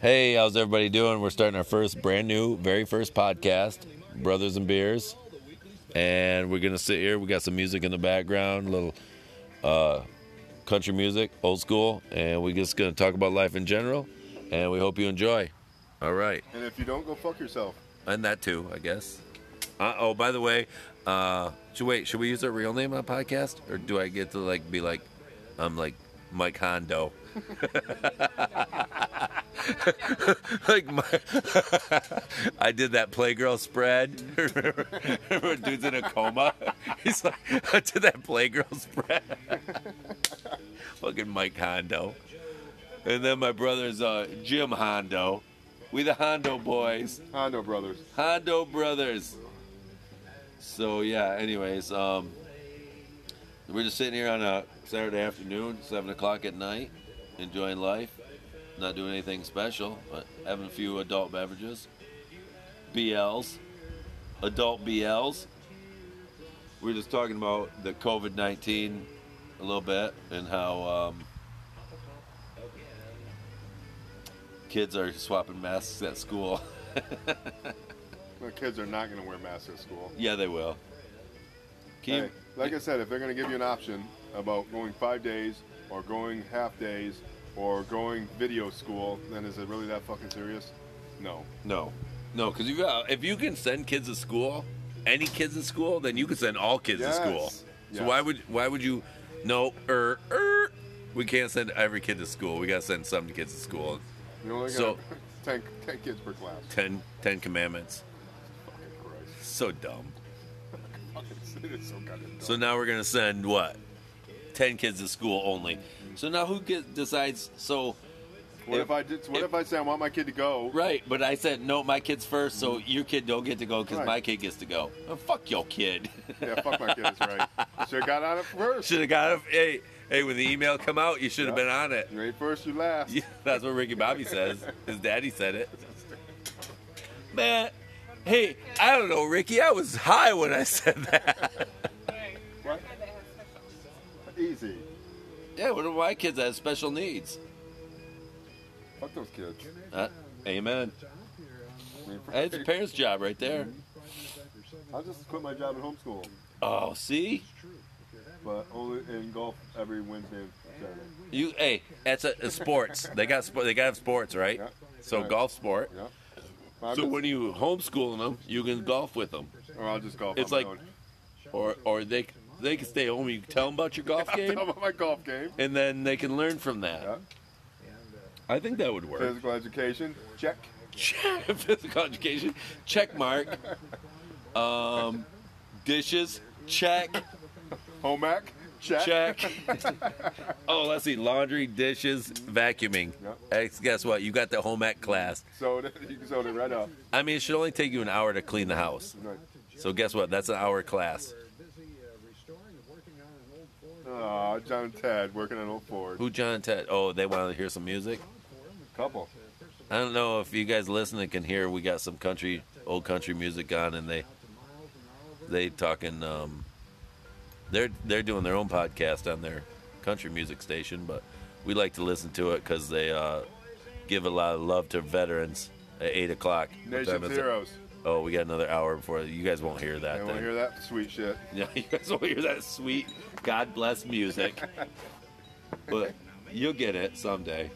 Hey, how's everybody doing? We're starting our first brand new, very first podcast, Brothers and Beers. And we're going to sit here. We got some music in the background, a little uh, country music, old school. And we're just going to talk about life in general. And we hope you enjoy. All right. And if you don't, go fuck yourself. And that too, I guess. Uh, oh, by the way, uh, should, wait, should we use our real name on a podcast? Or do I get to like be like, I'm like Mike Hondo? like my, I did that Playgirl spread. Remember, remember dude's in a coma. He's like, I did that Playgirl spread. Fucking Mike Hondo. And then my brother's uh, Jim Hondo. We the Hondo boys. Hondo Brothers. Hondo brothers. So yeah. Anyways, um, we're just sitting here on a Saturday afternoon, seven o'clock at night, enjoying life not doing anything special, but having a few adult beverages, BLs, adult BLs. We are just talking about the COVID 19 a little bit and how um, kids are swapping masks at school. The kids are not going to wear masks at school. yeah, they will. Can you- Hey, like I said, if they're going to give you an option about going five days or going half days or going video school, then is it really that fucking serious? No. No, no, because you got- if you can send kids to school, any kids to school, then you can send all kids Yes. to school. So Yes. why would why would you? No, er, er, we can't send every kid to school. We gotta send some kids to school. You're only So- going ten, 10 kids per class. Ten Ten Commandments. Fucking Christ. So dumb. Fucking- it is so goddamn dumb. So now we're gonna send what? Ten kids to school only. So now who gets, decides? So what if- if, I did? What if- if, I say I want my kid to go? right, but I said no. My kid's first, so your kid don't get to go because Right. my kid gets to go. Oh, fuck your kid. Yeah, fuck my kids, right? Should have got on it first. should have got it. Hey, hey, when the email come out, you should have Yeah. been on it. You ain't first, you last. Yeah, that's what Ricky Bobby says. His daddy said it. Man, hey, I don't know, Ricky. I was high when I said that. What? Easy. Yeah, one of my kids has special needs. Fuck those kids. Uh, amen. I mean, It's a parent's job right there. I'll just quit my job and homeschool, Oh, see, but only in golf every Wednesday and Saturday. you. Hey, that's a, it's sports. They got spo- they got sports, right? Yeah. So Right. golf sport. Yeah. I'm So just- when you homeschooling them, you can golf with them, or I'll just golf. It's on like- my own. or or they they can stay home. You can tell them about your golf Tell game, 'em about my golf game. and then they can learn from that. Yeah. I think that would work. Physical education. Check. Check- physical education check mark um dishes check Home ec. Check. check oh let's see laundry dishes vacuuming Yep. Hey, guess what you got the home ec class So did, so did Retta. i mean it should only take you an hour to clean the house Right. so guess what that's an hour class Aw, John and Ted working on old Ford. who john ted oh they want to hear some music Couple. i don't know if you guys listening can hear we got some country old country music on and they they talking um they're they're doing their own podcast on their country music station but we like to listen to it because they uh give a lot of love to veterans at eight o'clock What time Nation's is it? heroes. oh we got another hour before you guys won't hear that I then. want to hear that sweet shit. yeah you guys won't hear that sweet god bless music but you'll get it someday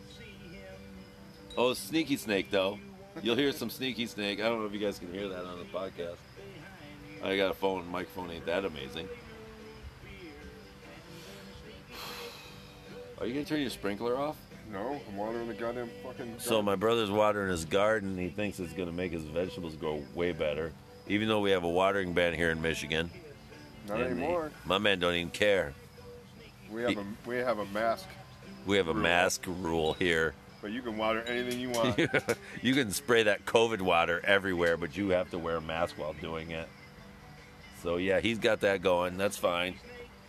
oh sneaky snake though you'll hear some sneaky snake i don't know if you guys can hear that on the podcast i got a phone microphone ain't that amazing are you gonna turn your sprinkler off No, I'm watering the goddamn fucking. so my brother's watering his garden. He thinks it's going to make his vegetables grow way better, even though we have a watering ban here in Michigan. Not And the- anymore. my man don't even care. We have a we have a mask, We have a Rule. mask rule here. but you can water anything you want. you can spray that COVID water everywhere, but you have to wear a mask while doing it. So yeah, he's got that going. That's fine.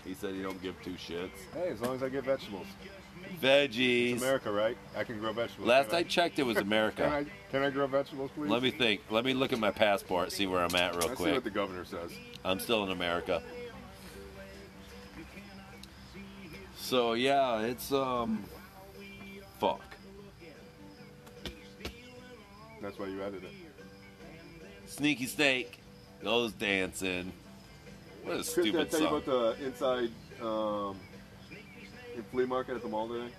He said he don't give two shits. hey, as long as I get vegetables. Veggies. America, right? I can grow vegetables. Last can I- I checked, it was Can America. I, can I grow vegetables, please? Let me think. Let me look at my passport, see where I'm at real Let's see quick. what the governor says. I'm still in America. So yeah, it's um fuck. That's why you added it. Sneaky Snake goes dancing. What a Chris, did I stupid tell you song. about the inside um, in flea market at the mall today?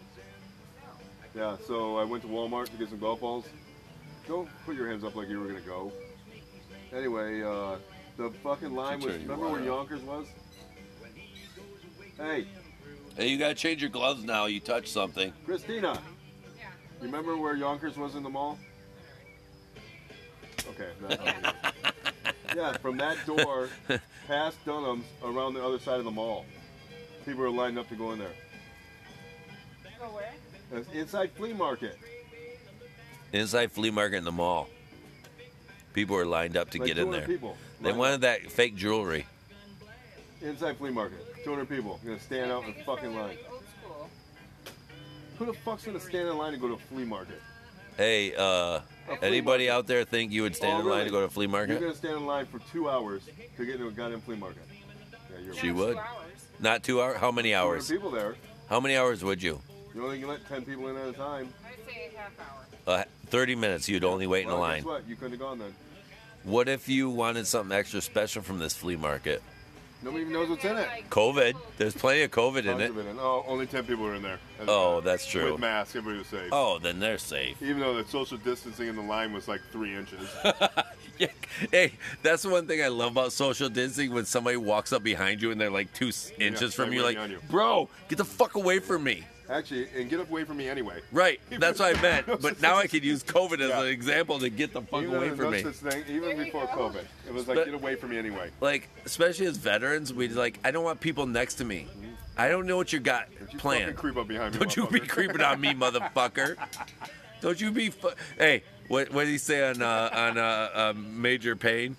Yeah, so I went to Walmart to get some golf balls. Don't put your hands up like you were gonna go. Anyway, uh, the fucking line was. turn your Remember where water off. Yonkers was? Hey, Hey, you gotta change your gloves now. You touch something. Christina, Yeah. you remember where Yonkers was in the mall? Okay. that's how it is. yeah, from that door, past Dunham's, around the other side of the mall. People were lined up to go in there. Go where? That's inside flea market. Inside flea market in the mall. People were lined up to Like get in 200 there. People. They Like, wanted that fake jewelry. inside flea market. 200 people gonna stand out in Maybe fucking probably, line. Like old school. Who the fuck's gonna stand in line to go to a flea market? Hey, uh, anybody market. out there think you would stand Oh, in line really? to go to flea You're market? gonna stand in line for two hours to get into a goddamn flea market. Yeah, you're She Not would. Two hours. Not two hours. How many 200 hours? people there. How many hours would you? You only can let 10 people in at a time. I'd say a half hour. Uh, Thirty minutes. You'd only wait in well, a line. Guess what? You couldn't have gone then. What if you wanted something extra special from this flea market? Nobody even knows what's in it. COVID. There's plenty of COVID in Tons it. of it in- Oh, only 10 people were in there. Oh, that's true. With masks, everybody was safe. Oh, then they're safe. Even though the social distancing in the line was like three inches. Yeah. Hey, that's one thing I love about social distancing when somebody walks up behind you and they're like two s- inches from like you, right like, behind you. bro, get the fuck away from me. Actually, and get away from me anyway. Right. That's what I meant. But now I can use COVID as an example to get the fuck Even away though from no me. such thing, even There you before go. COVID, it was like But- get away from me anyway. Like, especially as veterans, we like, I don't want people next to me. I don't know what you got Don't you fucking planned. creep up behind me. Don't you be motherfucker. creeping on me, motherfucker. Don't you be. Fu- hey, what what did he say on uh, on uh, uh, Major Pain?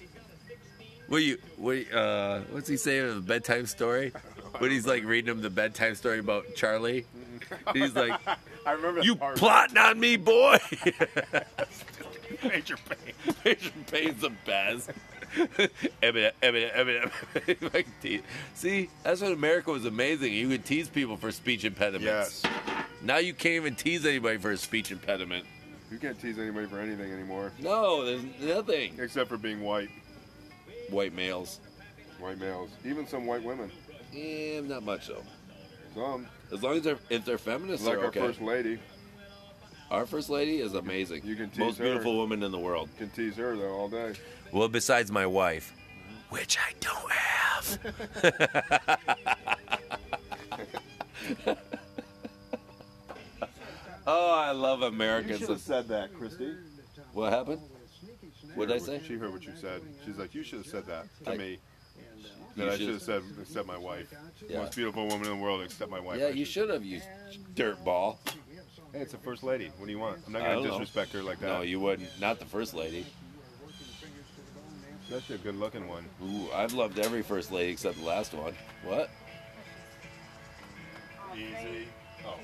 What you what you- uh, what's he saying in the bedtime story? When he's like reading him the bedtime story about Charlie, he's like, I remember that "You part. plotting on me, boy." Major Pain. Major Pain's the best. Eminem, Eminem, Eminem. Like, te- See, that's when America was amazing. You could tease people for speech impediments. Yes. Now you can't even tease anybody for a speech impediment. You can't tease anybody for anything anymore, No, there's nothing. except for being white, White males. white males, even some white women. Eh, not much though. Some, As long as they're if they're feminists, like they're our okay. first lady, our first lady is amazing. you can tease most her. beautiful woman in the world. can tease her though all day. Well, besides my wife, which I don't have. oh, I love You should have Americans. said that, Christy. What happened? What did I She say? heard what- She heard what you said. She's like, you should have said that to I- me. You That I should- should have said, except my wife, Yeah, most beautiful woman in the world, except my wife. yeah I you should have, you dirtball. Hey, it's the first lady. What do you want? I'm not I gonna don't know. disrespect her like that. No, you wouldn't. Not the first lady. That's a good-looking one. Ooh, I've loved every first lady except the last one. What? Easy. Oh.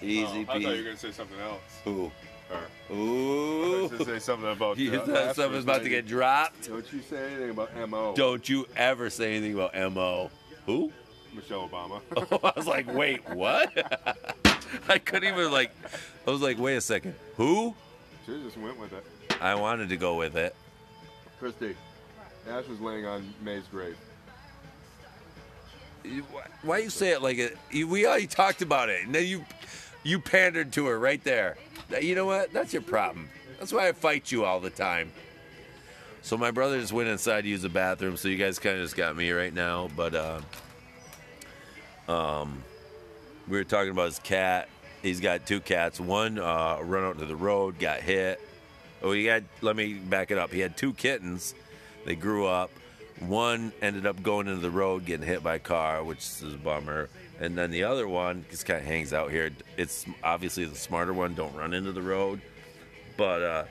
Easy Oh, I thought you were peasy. gonna say something else. Ooh. Or- Ooh. to say something about You uh, thought something's about to get dropped. Don't you say anything about M.O. Don't you ever say anything about M.O. Who? Michelle Obama. I was like, wait, what? I couldn't even, like, I was like, wait a second. Who? she just went with it. I wanted to go with it. Christy, Ash was laying on May's grave. You- wh- Why you say it like it? you- We already talked about it. Now you, you pandered to her right there. Now, You know what? That's your problem. That's why I fight you all the time. So my brother just went inside to use the bathroom. So you guys kind of just got me right now. But uh, um, we were talking about his cat. He's got two cats. One uh, run out to the road, got hit. Oh, he had. Let me back it up. He had two kittens. They grew up. One ended up going into the road, getting hit by a car, which is a bummer. And then the other one just kind of hangs out here. It's obviously the smarter one. Don't run into the road. But uh,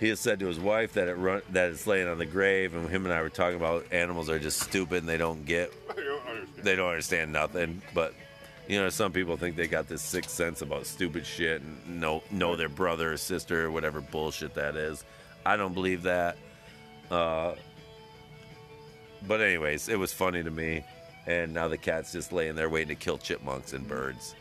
he has said to his wife that it run that it's laying on the grave. And him and I were talking about animals are just stupid and they don't get I don't understand. they don't understand nothing. But you know, some people think they got this sixth sense about stupid shit and know know their brother or sister or whatever bullshit that is. I don't believe that. Uh, but anyways, it was funny to me. And now the cat's just laying there waiting to kill chipmunks and birds.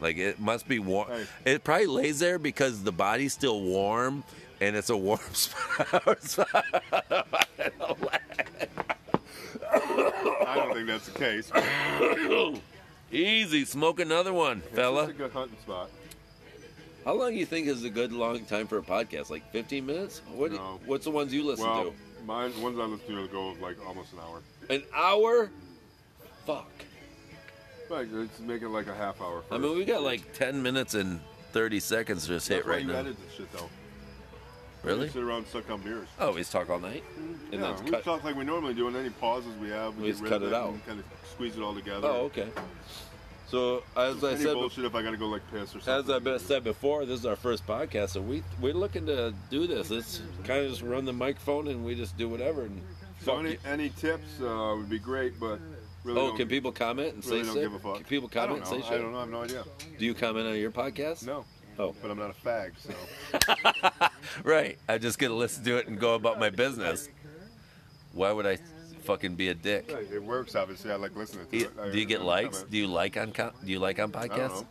Like it must be warm. Right. It probably lays there because the body's still warm, and it's a warm spot outside. I don't think that's the case. but it's Easy, smoke another one, fella. just a good hunting spot. How long do you think is a good long time for a podcast? Like 15 minutes? What, No. What's the ones you listen Well, mine ones I listen to go like almost an hour. to? An hour? Fuck. Right, let's make it like a half hour. First. I mean, we got like 10 minutes and 30 seconds just hit that's why right you now. edit this shit though. Really? We sit around and suck on beers. Oh, we just talk all night? And yeah, then we cut. talk like we normally do, and any pauses we have, we, We get just rid cut of it out. and kind of squeeze it all together. Oh, okay. So, as I any said, bullshit if I gotta go like piss or as something. I be- said before, this is our first podcast, so we we're looking to do this. It's kind of just run the microphone and we just do whatever. And so fuck any, it. any tips uh, would be great, but really oh, don't, can people comment and really say don't shit? give a fuck. Can people I don't comment and know. say I shit? don't know. I have no idea. Do you comment on your podcast? No, Oh, but I'm not a fag, so right. I just get to listen to it and go about my business. Why would I fucking be a dick? Hey, it works. Obviously, I like listening to Do you, it. I- do you I get don't likes? comment. Do you like on com- do you like on I don't podcasts? know.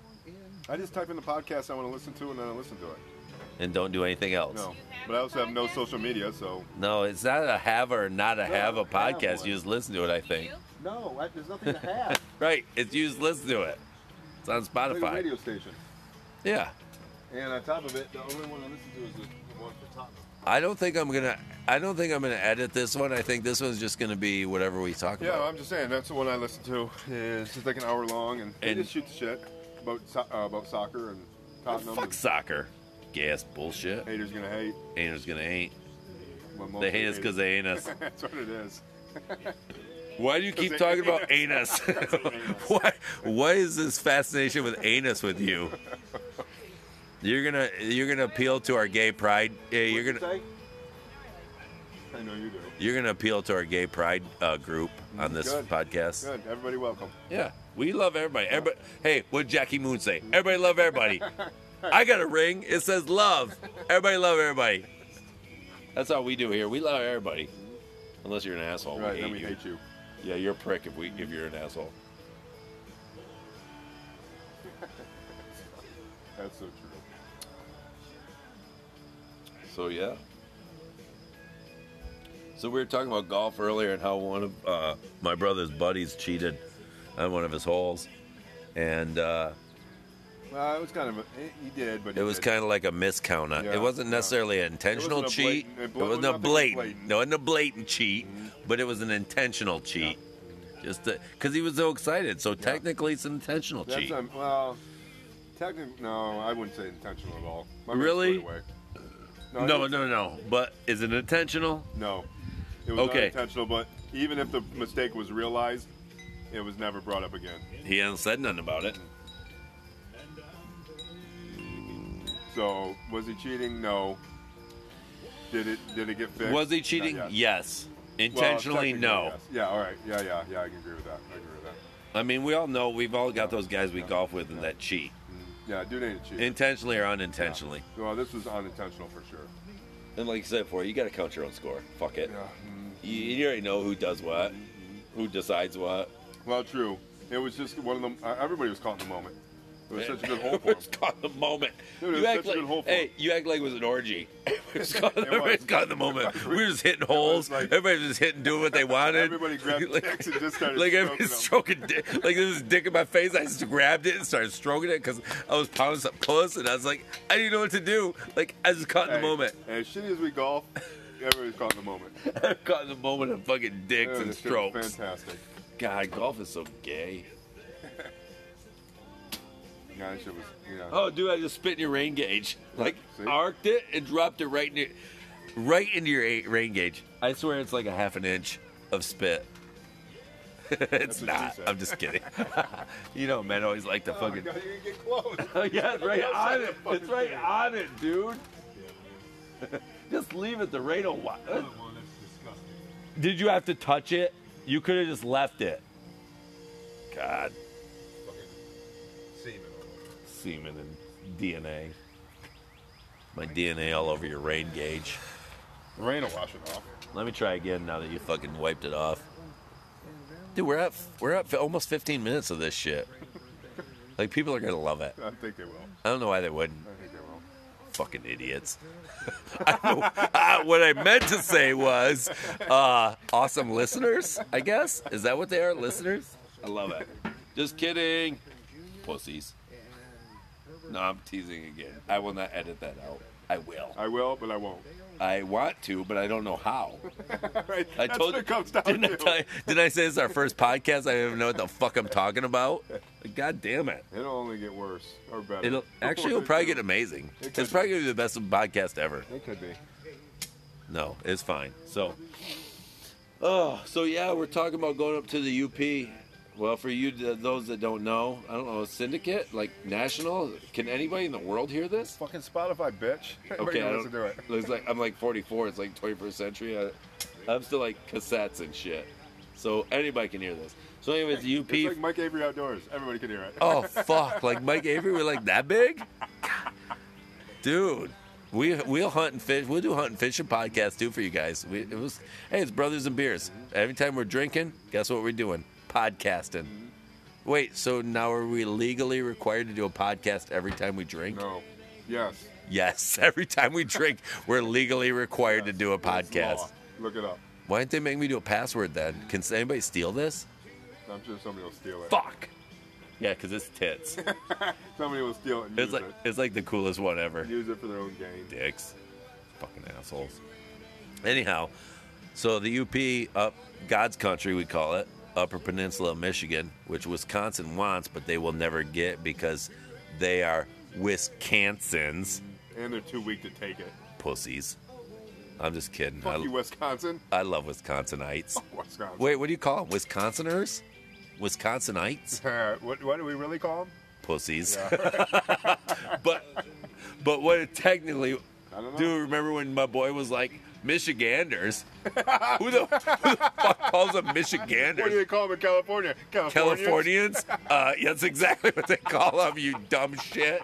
I just type in the podcast I want to listen to, and then I listen to it. And don't do anything else. No, but I also have no social media, so No, it's not a have or not a have a don't have podcast. one. you just listen to it, I think. no, I, there's nothing to have. Right. It's you just listen to it. It's on It's like a Spotify. radio station, Yeah. and on top of it, the only one I listen to is the the one for top. I don't think I'm gonna. I don't think I'm gonna edit this one. I think this one's just gonna be whatever we talk Yeah, about. I'm just saying that's the one I listen to. It's just like an hour long, and, they And- just shoot the shit about so- uh, about soccer and Tottenham. Fuck and soccer. Gas bullshit. haters gonna hate. Ain't gonna ain't. but They mostly hate us because they ain't us. that's what it is. Why do you 'Cause keep they talking ain't about us. anus? anus. Why? What is this fascination with anus with you? You're gonna you're gonna appeal to our gay pride. Yeah, you're What'd gonna you say? I know you do. you're gonna appeal to our gay pride uh, group on this Mm, Good. podcast. Good. Everybody, welcome. Yeah, we love everybody. Everybody. Hey, what Jackie Moon say? Everybody love everybody. I got a ring. It says love. Everybody love everybody. That's how we do here. We love everybody, unless you're an asshole. right, Oh, we hate then we you. hate you. Yeah, you're a prick if we if you're an asshole. That's so true. So yeah. So we were talking about golf earlier and how one of uh, my brother's buddies cheated on one of his holes, and uh, Well, it was kind of a, eh, he did, but it he was did. kind of like a miscount. On, Yeah, it wasn't yeah. necessarily an intentional It wasn't a cheat. blatant- It it bla- wasn't a nothing was blatant. blatant. Mm-hmm. No, it wasn't a blatant cheat, but it was an intentional cheat. Just because he was so excited. So technically, it's an intentional That's cheat. um, well, technically, no, I wouldn't say intentional at all. My man Really? threw it away. I no, think- no, no. But is it intentional? No. It was Okay. unintentional, but even if the mistake was realized, it was never brought up again. He hasn't said nothing about it. So was he cheating? No. Did it did it get fixed? Was he cheating? Not yet. Yes. Well, Intentionally, technically, no. yes. Yeah, all right. Yeah, yeah, yeah, I can agree with that. I can agree with that. I mean, we all know we've all got Yeah. those guys we Yeah. golf with and Yeah. that cheat, Yeah, dude ain't a cheater. intentionally or unintentionally. well, this was unintentional for sure. And like you said before, you got to count your own score. Fuck it. Yeah. mm. You, you already know who does what, who decides what. Well, true. It was just one of them. Uh, everybody was caught in the moment. It was such a good hole for him. It's caught in the moment. Dude, it you was act such a like good hole for hey, him. you act like it was an orgy. It's caught, everybody's was. caught in the moment. We were just hitting holes. like- everybody was just hitting, doing what they wanted. Everybody grabbed dicks and just started like stroking everybody's them. stroking dick. Like there was a dick in my face. I just grabbed it and started stroking it because I was pounding up close and I was like, I didn't know what to do. Like I was just caught in the Hey, moment. As shitty as we golf, everybody's caught in the moment. caught in the moment of fucking dicks Yeah, and this shit was strokes. Fantastic. God, golf is so gay. Yeah, that shit was. Yeah. Oh, dude, I just spit in your rain gauge. Like, See? arced it and dropped it right in your, right into your a- rain gauge. I swear it's like a half an inch of spit. it's That's what she not. said. I'm just kidding. you know, men always like to Oh my fucking. God, you didn't get close. Oh, yeah, it's right That's on such a it. fucking It's right thing. on it, dude. just leave it. The rain will. Wa- uh, Did you have to touch it? You could have just left it. God, semen and DNA. My DNA all over your rain gauge. Rain will wash it off. Let me try again now that you fucking wiped it off. Dude, we're at we're at almost 15 minutes of this shit. Like people are gonna love it. I think they will. I don't know why they wouldn't. I think they will. Fucking idiots. I know, I, what I meant to say was, uh, awesome listeners. I guess is that what they are, listeners? I love it. Just kidding. Pussies. No, I'm teasing again. I will not edit that out. I will. I will, but I won't. I want to, but I don't know how. right? I That's told what it comes down Didn't I, to. tell you, didn't I say this is our first podcast? I don't even know what the fuck I'm talking about. God damn it. It'll only get worse or better. It'll actually it'll probably get amazing. It could It's probably gonna be the best podcast ever. It could be. No, it's fine. So, oh, so yeah, we're talking about going up to the UP. Well, for you, th- those that don't know, I don't know, syndicate, like national. Can anybody in the world hear this? Fucking Spotify, bitch. Everybody I listen don't- to it. It's like I'm like 44. It's like 21st century. I, I'm still like cassettes and shit. So anybody can hear this. So anyways, the UP. It's like Mike Avery outdoors. Everybody can hear it. Oh fuck! Like Mike Avery, we're like that big, dude. We we'll hunt and fish. We'll do hunt and fishing podcast too for you guys. We, it was hey, it's brothers and beers. Every time we're drinking, guess what we're doing? Podcasting. Wait, so now are we legally required to do a podcast every time we drink? No. Yes. Yes, every time we drink, we're legally required to do a It's law. podcast. Look it up. Why didn't they make me do a password then? Can anybody steal this? I'm sure somebody will steal it. Fuck. Yeah, because it's tits. Somebody will steal it and It's use like it's like the coolest one ever. it. Use it for their own gain. dicks. Fucking assholes. Anyhow, so the UP up God's country we call it, Upper Peninsula of Michigan, which Wisconsin wants but they will never get because they are Wisconsin's And they're too weak to take it. pussies. I'm just kidding. I, Fuck you, Wisconsin. I love Wisconsinites. Wisconsin. Wait, what do you call them? Wisconsiners? Wisconsinites? Uh, what, what do we really call them? Pussies. but but what it technically I don't know. Dude, remember when my boy was like Michiganders? who, the, who the fuck calls them What do Michiganders? they call them in California? California. Californians? Uh, yeah, that's exactly what they call them. You dumb shit.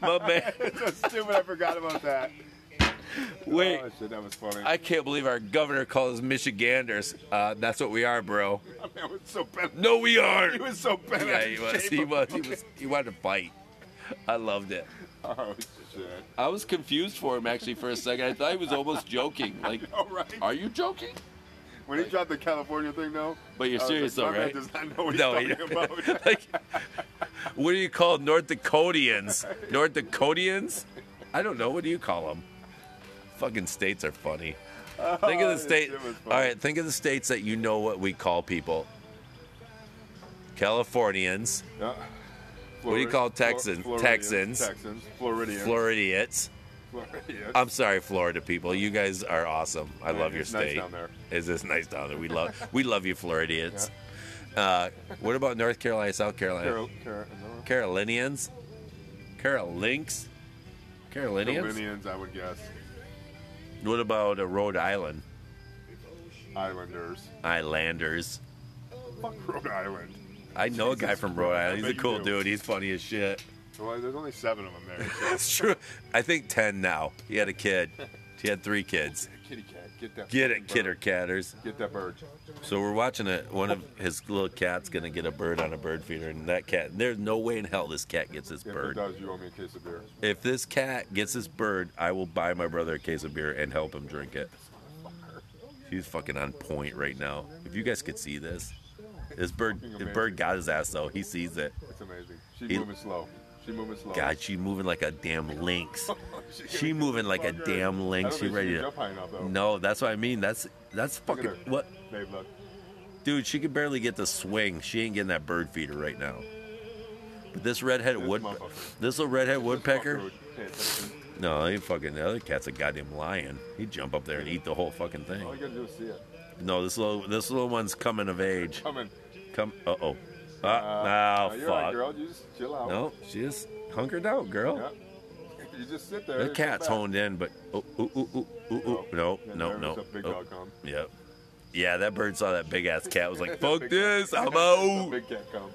My man, That's stupid. I forgot about that. wait. Oh, shit, that was funny. I can't believe our governor calls us Michiganders. Uh, that's what we are, bro. that was so bad. No, we He aren't. was so bad. Yeah, he was. He was. He was. He wanted to fight. I loved it. Oh shit. I was confused for him actually for a second. I thought he was almost joking. Like, All right. are you joking? When he dropped the California thing, though. But you're I was serious like, though, my man right? does not know what he's No, talking he- about. like, what do you call North Dakotians? North Dakotians? I don't know. What do you call them? Fucking states are funny. Think Oh, of the this state. shit was funny. All right, think of the states that you know what we call people. Californians, Yeah. do you Florid- call Flor- Texan- Floridians, Texans? Texans. Floridians. Floridians. Floridians. I'm sorry, Florida people. You guys are awesome. I Yeah, love your it's nice state. down there. It's just nice down there. We love we love you, Floridians. Uh, what about North Carolina, South Carolina? Carol, Carol, no. Carolinians, Carolinks, Carolinians. Carolinians, I would guess. What about uh, Rhode Island Islanders. Islanders? Fuck Rhode Island. I know a guy Jesus from Rhode Christ, I Island. He's a bet you cool do. dude. He's funny as shit. Well, there's only seven of them there. That's true. I think ten now. He had a kid. He had three kids. Kitty cat, get that. Get fucking it, kidder bird. catters. Get that bird. So we're watching it. One of his little cat's gonna get a bird on a bird feeder, and that cat. There's no way in hell this cat gets this If it bird. does, you owe me a case of beer. If this cat gets this bird, I will buy my brother a case of beer and help him drink it. He's fucking on point right now. If you guys could see this, this bird, Fucking the amazing. Oh. bird got his ass though. He sees it. It's amazing. She's He- moving slow. She moving slow. God, she moving like a damn lynx. She's She gonna moving like a fucker. damn I don't lynx. She think she ready can to. jump high enough though. No, that's what I mean. That's that's Look at fucking her. what, Babe, look. dude. She could barely get the swing. She ain't getting that bird feeder right now. But this redheaded This wood, motherfucker. this little redhead woodpecker. Fucker would pay attention. No, he fucking the other cat's a goddamn lion. He'd jump up there and eat the whole fucking thing. All you gotta do is see it. No, this little this little one's coming of age. Coming. Come, uh oh, Oh. Uh, ah, no, oh you're all right, fuck. girl. You just chill out. No, she just hunkered out, girl. Yeah. You just sit there. The and sit cat's back. Oh. honed in, but oh, ooh, ooh, ooh, ooh, ooh, no, Yeah, no, there was no. a big Oh, dog come. Yep. Yeah, that bird saw that big ass cat. Was like, fuck Big- this, I'm A out. big cat come.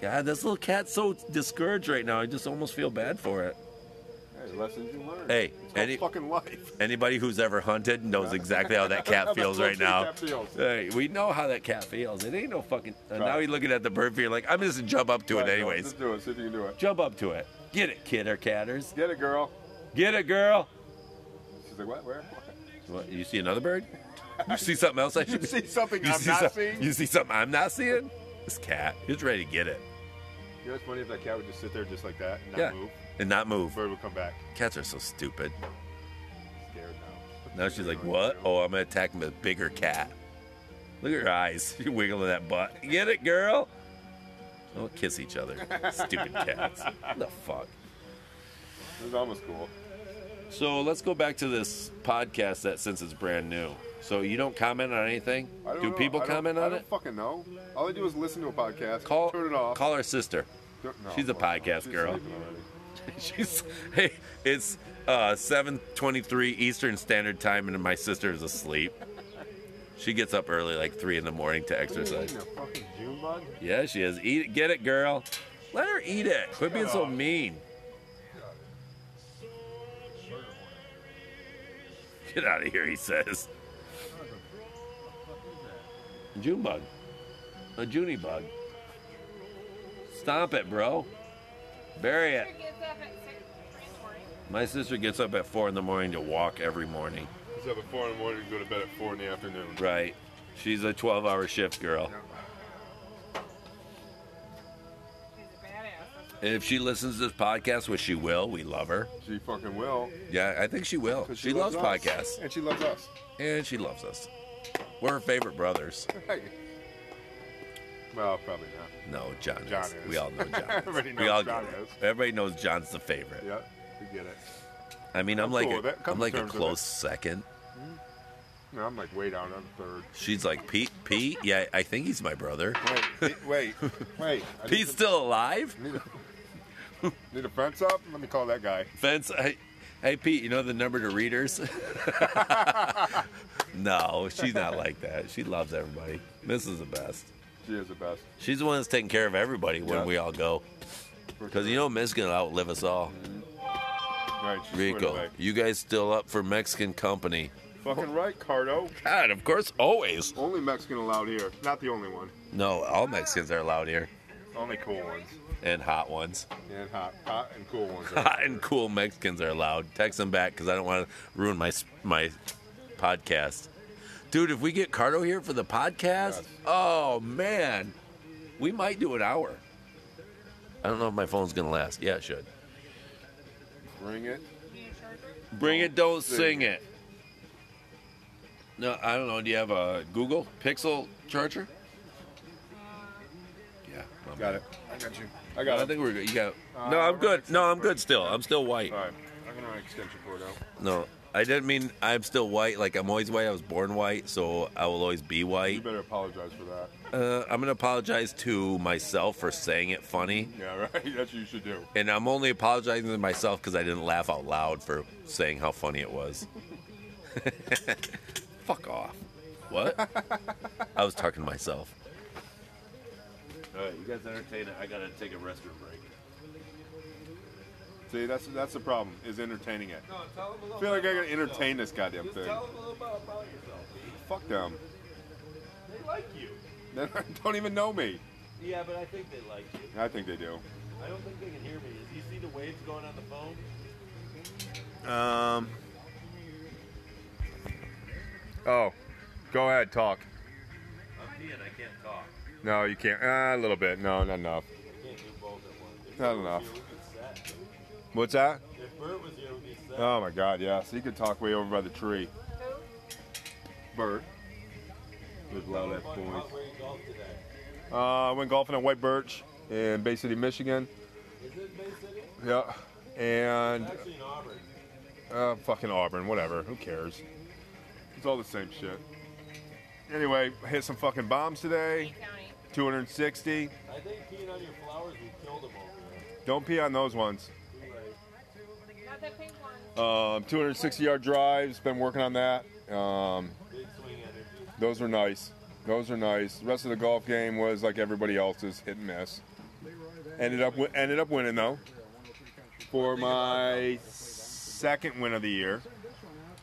God, this little cat's so discouraged right now. I just almost feel bad for it. Yeah, Hey, lessons you learn. Hey, it's called any- fucking life. Anybody who's ever hunted knows exactly how that How cat the feels right fuck now. that feels. Hey, we know how that cat feels. It ain't no fucking. Uh, now Right. you're looking at the bird feeder like, I'm just gonna jump up to Right, it no, anyways. Just do it. See if you can do it. Jump up to it. Get it, kid or catters. Get it, girl. Get it, girl. She's like, what? Where? What, you see another bird? You see something else? I should You be- see something you I'm see not some- seeing? You see something I'm not seeing? This cat, he's ready to get it. You know, it's funny if that cat would just sit there just like that and not yeah, move. and not The move. bird would come back. Cats are so stupid. Scared now. Now she's like, what? Oh, I'm gonna attack him with a bigger cat. Look at her eyes. She's wiggling that butt. Get it, girl? They'll kiss each other. Stupid cats. What the fuck? It was almost cool. So let's go back to this podcast that since it's brand new. So you don't comment on anything? I don't Do know. people I don't- comment I on don't it? fucking know. All I do is listen to a podcast. Call turn it off. call her sister. Turn- no, she's a fuck no. podcast She's girl. sleeping already. She's hey, it's uh 7:23 Eastern Standard Time and my sister is asleep. She gets up early like 3 in the morning to exercise. What are you eating, a fucking June bug? Yeah, she is. Eat it. Get it, girl. Let her eat it. Quit being so mean. Get out of here, he says. June bug. A Junie bug. Stomp it, bro. Bury it. Sister gets up at six in the morning. My sister gets up at four in the morning to walk every morning. She's up at four in the morning and go to bed at four in the afternoon. Right. She's a 12 hour shift girl. She's a badass. That's what If she listens to this podcast, which she will, we love her. She fucking will. Yeah, I think she will. 'cause She, loves, us. podcasts. And she loves us. And she loves us. We're her favorite brothers. Hey. Well, probably not. No, John, John is. is. We all know John. is. Everybody we knows all John get it. is. Everybody knows John's the favorite. Yeah, we get it. I mean, I'm, I'm like cool with a, it. Come I'm to like a terms with close it. second. No, I'm like way down on third. She's like Pete. Pete. Yeah, I think he's my brother. Wait, wait, wait. I need Pete's to- still alive. Need a, need a fence up? Let me call that guy. Fence. I, hey, Pete. You know the number to readers. no, she's not like that. She loves everybody. This is the best. She is the best. She's the one that's taking care of everybody when Yeah. we all go. Because you know, Miss gonna outlive us all. Right, she's squared Rico, away. you guys still up for Mexican company? Fucking right, Cardo. God, of course, always. Only Mexican allowed here. Not the only one. No, all Mexicans are loud here, Only cool ones. and hot ones. And hot, hot and cool ones. Hot and cool Mexicans are loud. Text them back because I don't want to ruin my s- my podcast. Dude, if we get Cardo here for the podcast, Yes. oh man, we might do an hour. I don't know if my phone's gonna last. Yeah, it should. Bring it. you need a charger? Bring it, don't sing sing it. No, I don't know. Do you have a Google Pixel charger? Yeah, my Got bad. it. I got you. I No, got I it. think we're good. You got. Uh, no, I'm we're good. gonna- No, I'm good still. I'm still white. All right. I'm going to extend your cord out. No, I didn't mean I'm still white. Like I'm always white. I was born white, so I will always be You white. better apologize for that. Uh, I'm gonna apologize to myself for saying it funny, Yeah, right? That's what you should do. and I'm only apologizing to myself because I didn't laugh out loud for saying how funny it was. Fuck off. What? I was talking to myself. All right, you guys entertain it. I gotta take a restroom break. See, that's that's the problem, is entertaining it. No, tell them a little I feel like I bit gotta about yourself. entertain this goddamn Just thing. tell them a little bit about yourself. Pete. Fuck them. They like you. They don't even know me. Yeah, but I think they like you. I think they do. I don't think they can hear me. You see the waves going on the phone? Um. Oh, go ahead, talk. I'm peeing. I can't talk. No, you can't. Uh, a little bit. No, not enough. I can't do both at once. If Not Bert was enough. here, we'd be set. What's that? If Bert was here, we'd be set. Oh my God, yes. He could talk way over by the tree. Who? Bert. With loud ass Fun boys. hunt where you golf today. Uh, I went golfing at White Birch in Bay City, Michigan. Is it Bay City? Yeah. And It's actually in Auburn. Uh, fucking Auburn, whatever. Who cares? It's all the same shit. Anyway, I hit some fucking bombs today. Lee County. 260. I think peeing on your flowers would kill them over Don't pee on those ones. there. Too late. Not that pink one. Um, 260 yard drives. Been working on that. Um, Big swing energy. those were nice. Those were nice. The rest of the golf game was like everybody else's, hit and miss. Ended up wi- ended up winning though. for my second win of the year,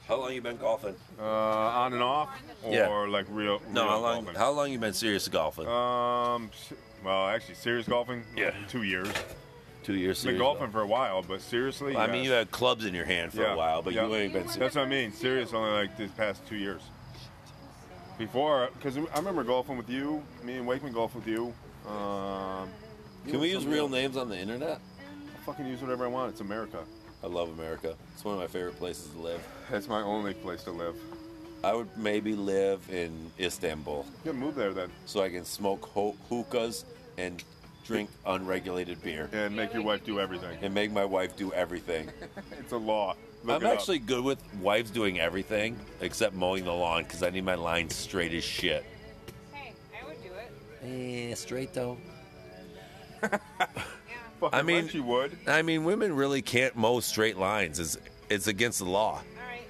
How long you been golfing? uh, on and off, or Yeah. like real. No, real how long? Uh, golfing? How long you been serious golfing? Um, s- well, actually, serious golfing. Yeah. two years. Two years. Been serious golfing for a while, but seriously, Well, I mean, yes. you had clubs in your hand for Yeah, a while, but yeah. you ain't been. Serious. That's what I mean. Serious only like this past two years. Before, because I remember golfing with you, me and Wakeman golfed with you. Um, you Can we use and somebody real else. names on the internet? I fucking use whatever I want. It's America. I love America. It's one of my favorite places to live. That's my only place to live. I would maybe live in Istanbul Yeah, move there then, so I can smoke ho- hookahs and drink unregulated beer and make your wife do everything. and make my wife do everything. It's a law. Look I'm it up. actually good with wives doing everything except mowing the lawn because I need my line straight as shit. Hey, I would do it. Eh, straight though. Yeah. Fucking I mean- right you would. I mean, women really can't mow straight lines. It's, it's against the law. All right.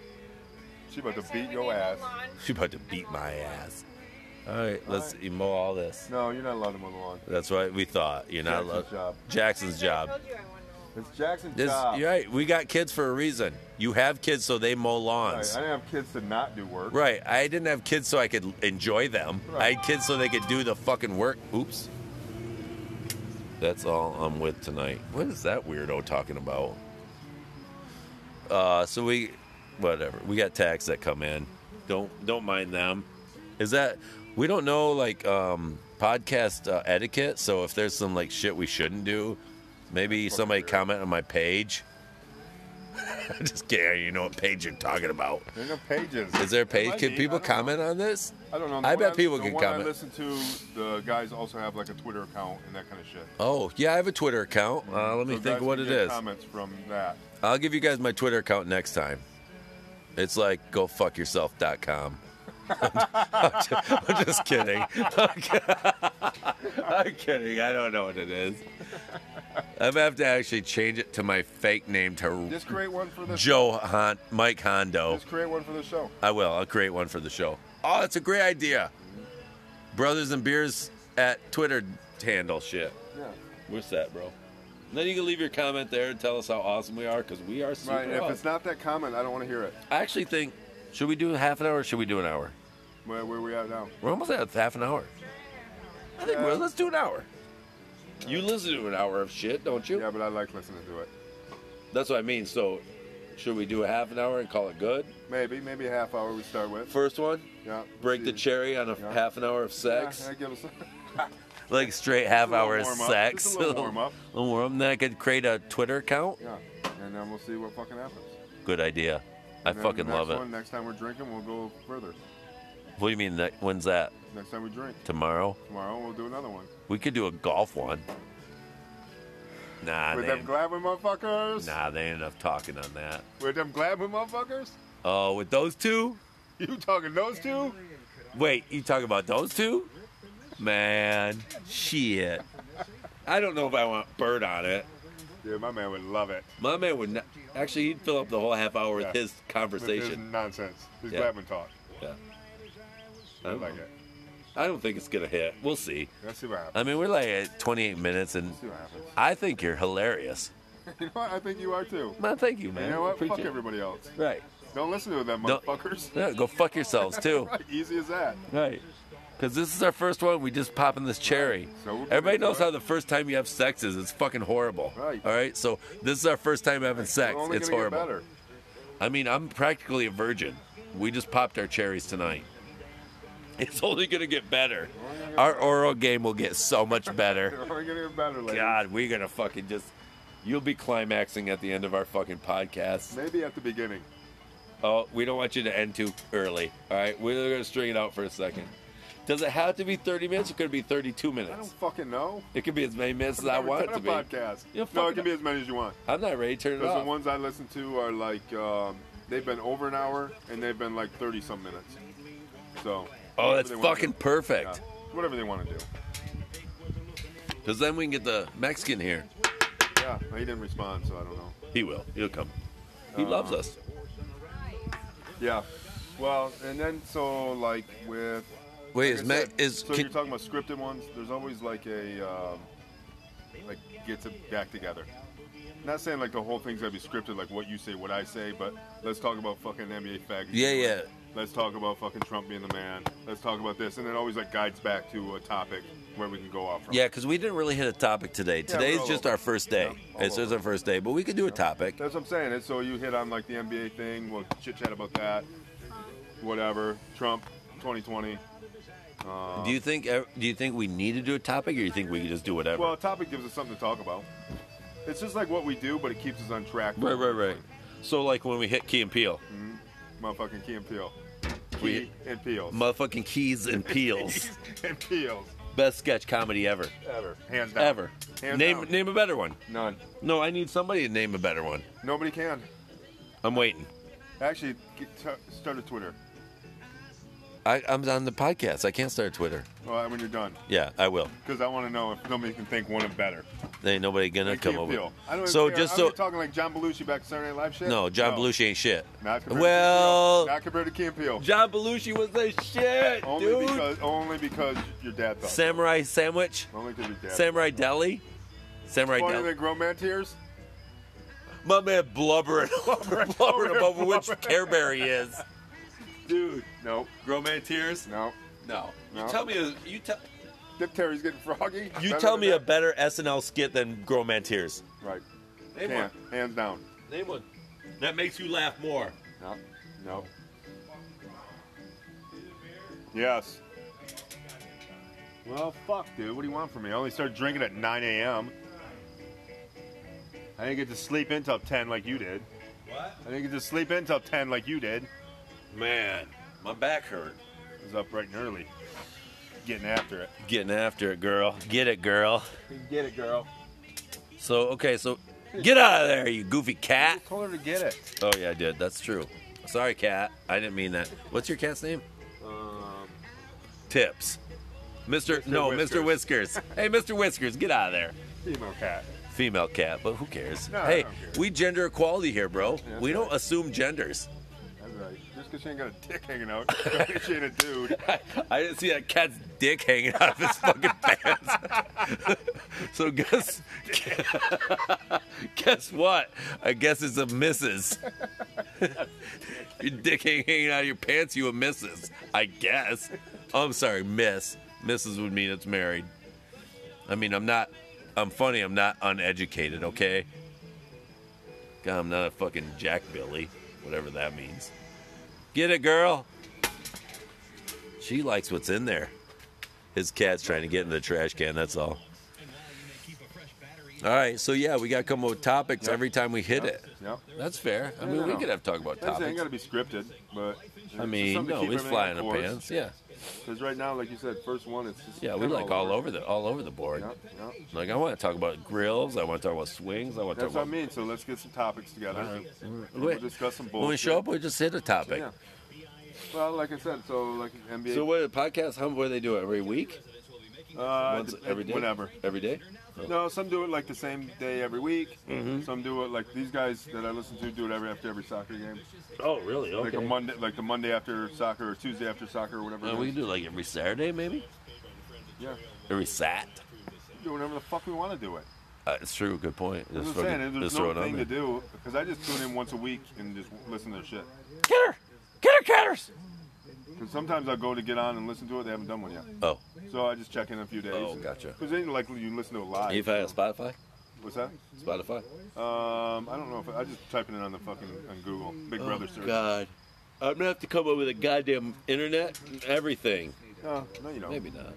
She about to Next time beat we your need a ass. lawn, She about to beat my ass. All right, let's All mow all this. No, you're not allowed to mow the lawn. That's what we thought. You're not Jackson's allowed- job. Jackson's I job. told you I wanted to. It's Jackson's This, job. you're right. We got kids for a reason. You have kids so they mow Right, lawns. I didn't have kids to not do work. Right. I didn't have kids so I could enjoy them. I Right. had kids so they could do the fucking work. Oops. That's all I'm with tonight. What is that weirdo talking about? Uh, so we, whatever. We got tax that come in. Don't don't mind them. Is that we don't know like um, podcast uh, etiquette? So if there's some like shit we shouldn't do, maybe somebody weird. comment on my page. I just can't. You know what page you're talking about? There are no pages. Is there a There page? might Can be, people I don't know. comment on this? I don't know. I The bet one people the can one I comment. listen to the guys also have like a Twitter account and that kind of shit. Oh, yeah, I have a Twitter account. Uh, let me So think guys what can it get is. Comments from that. I'll give you guys my Twitter account next time. It's like gofuckyourself.com. I'm just, I'm just kidding. I'm kidding. I don't know what it is. I'm gonna have to actually change it to my fake name to Just create one for this. Joe Hon- Mike Hondo. Just create one for the show. I will. I'll create one for the show. Oh, it's a great idea. Brothers and Beers at Twitter handle shit. Yeah. We're set, bro. Then you can leave your comment there and tell us how awesome we are because we are super Right. If awesome. it's not that comment, I don't want to hear it. I actually think should we do half an hour? or Should we do an hour? Where, where we at now? We're almost at half an hour. I think we're, let's do an hour. You listen to an hour of shit, don't you? Yeah, but I like listening to it. That's what I mean. So, should we do a half an hour and call it good? Maybe, maybe a half hour we start with. First one, yeah. break the Jeez. cherry on a Yeah. half an hour of sex, Yeah, that gives us like straight half Just a little hour of warm up. sex. Just a little warm up. Little warm up. Then I could create a Twitter account. yeah. And then we'll see what fucking happens. Good idea. I And then fucking the next love it. One, next time we're drinking, we'll go further. What do you mean? That, when's that? Next time we drink Tomorrow? tomorrow, we'll do another one. We could do a golf one. Nah, With they them ain't, glamour motherfuckers. nah, they ain't enough talking on that. With them glamour motherfuckers. Oh, with those two? You talking those two? Wait, you talk about those two? Man, shit. I don't know if I want bird on it. Dude, my man would love it. My man would not. Actually, he'd fill up the whole half hour with Yeah. his This is conversation. nonsense. This Yeah. glamour talk. Yeah. I I don't, like know. it. I don't think it's gonna hit. We'll see. Let's see what happens. I mean, we're like at 28 minutes, and Let's see what happens. I think you're hilarious. You know what? I think you are too. Man, thank you, man. You know what? Appreciate Fuck it. everybody else. Right. Don't listen to them Don't- motherfuckers. Yeah, go fuck yourselves too. Right, Easy as that. Right. Because this is our first one. We just popping this cherry. So we'll Everybody get knows into it. how the first time you have sex is. It's fucking horrible. Right. All right. So this is our first time having sex. We're only It's gonna horrible. Get better. I mean, I'm practically a virgin. We just popped our cherries tonight. It's only gonna get better. Our oral game will get so much better. We're only gonna get better, ladies. God, we're gonna fucking just. You'll be climaxing at the end of our fucking podcast. Maybe at the beginning. Oh, we don't want you to end too early. All right, we're gonna string it out for a second. Does it have to be 30 minutes? It could be 32 I don't minutes. fucking know. It could be as many minutes as I've I never want it to done a be. Podcast. Yeah, no, fuck it can be as many as you want. I'm not ready. Turn it Because the off. ones I listen to are like um, they've been over an hour and they've been like thirty some minutes. oh, So. whatever that's they wanna fucking do. perfect. Yeah, whatever they want to do. Because then we can get the Mexican here. Yeah, he didn't respond, so I don't know. He will. He'll come. He Uh, loves us. Yeah. Well, and then so like with Wait, like is I Matt said, is so can- you're talking about scripted ones. There's always like a um, like gets it back together. Not saying like the whole thing's gotta be scripted, like what you say, what I say, but let's talk about fucking NBA faggots. Yeah, yeah. Let's talk about fucking Trump being the man. Let's talk about this, and it always like guides back to a topic where we can go off from. Yeah, because we didn't really hit a topic today. Today's all just over. our first day. Yeah, all It's just over. our first day, but we could do a topic. That's what I'm saying. And so you hit on like the NBA thing. We'll chit chat about that. Whatever. Trump, 2020. Uh, Do you think ev- do you think we need to do a topic, or you think we could just do whatever? well, a topic gives us something to talk about. It's just like what we do, but it keeps us on track. right, right, right. So like when we hit Key and Peel, Motherfucking Key and Peel. We- Key and Peels. motherfucking Keys and Peels, and Peels. best sketch comedy ever, Ever. Hands down. ever. Hands name down. name a better one. None. No, I need somebody to name a better one. Nobody can. I'm waiting. Actually, get t- start a Twitter. I, I'm on the podcast. I can't start Twitter. Well, uh, when you're done, Yeah, I will. because I want to know if somebody can think one of better. Ain't nobody gonna Like come Key and over. Peele. I don't even so care. just I'm so not talking like John Belushi back Saturday Night Live shit. no, John Belushi ain't shit. Not compared well, to Key and Peele. not compared to Key and Peele. John Belushi was the shit, Only dude. because only because your dad thought. Samurai sandwich, only because your dad. samurai deli, samurai Funny deli. than grown man tears. My man blubbering, blubbering, blubbering, above which blubbering. Care Bear he is. Dude, No, grown man tears? no. No. You No. tell me. a- You tell. Diptery's getting froggy. You Better tell than me a that. better SNL skit than Grown Man Tears. right. Name Can't. one. Hands down. Name one. That makes you laugh more. No, no. Yes. Well, fuck, dude. What do you want from me? I only started drinking at 9 a.m. I didn't get to sleep in till 10 like you did. What? I didn't get to sleep in till 10 like you did. Man, my back hurt. I was up bright and early, getting after it. Getting after it, girl. Get it, girl. Get it, girl. So okay, so get out of there, you goofy cat. Told her to get it. Oh yeah, I did. That's true. Sorry, cat. I didn't mean that. What's your cat's name? Um, Tips. Mr. No, Mr. Whiskers. Hey, Mr. Whiskers, get out of there. female cat. Female cat, but who cares? No, I hey, don't care. we gender equality here, bro. that's we don't right. assume genders. That's right. Just because she ain't got a dick hanging out, don't mean she ain't a dude. I, I didn't see that cat's dick hanging out of his fucking pants. so guess guess what? I guess it's a missus. your dick ain't hanging out of your pants, you a missus. I guess. Oh, I'm sorry, miss. Mrs. would mean it's married. I mean, I'm not. I'm funny. I'm not uneducated. Okay. God, I'm not a fucking jackbilly, whatever that means. Get it, girl. She likes what's in there. His cat's trying to get in the trash can, that's all. All right, so yeah, we got to come up with topics every time we hit it. No. That's fair. I No, mean, no, we no. could have talk about That's it. It ain't topics. got to be scripted, but I mean, no, he's flying our our pants. Yeah, Because right now, like you said, first one, it's just yeah, we kinda like all over the all over the board. Yeah, yeah. Like, I want to talk about grills. I want to talk about swings. I want to That's talk what I about. mean. So let's get some topics together. And We'll Wait, discuss some bullshit. when we show up, we just hit a topic. Yeah. Well, like I said, so like NBA. So what? Podcast? How? What do they do every week? uh, Once dep- every day? Whenever. Every day? Oh. No, some do it like the same day every week. Mm-hmm. Some do it like these guys that I listen to do it every after every soccer game. Oh, really? Like a Monday, like the Monday after soccer or Tuesday after soccer or whatever. it Uh, we is. can do like every Saturday, maybe Yeah, every Sat. do whatever the fuck we want to do it. Uh, it's true. Good point. That's Just what I'm fucking- saying. There's just no throw it on thing there. to do because I just tune in once a week and just listen to their shit. Get her! Get her, catters! Because sometimes I'll go to get on and listen to it. They haven't done one yet, Oh, so I just check in a few days. Oh, gotcha. Because then, like, you listen to it live. If I have Spotify, What's that? Spotify. Um, I don't know if I, I just typing it on the fucking on Google Oh, Big Brother search. God, I'm gonna have to come up with a goddamn internet and everything. No, Uh, no, you don't. Maybe not.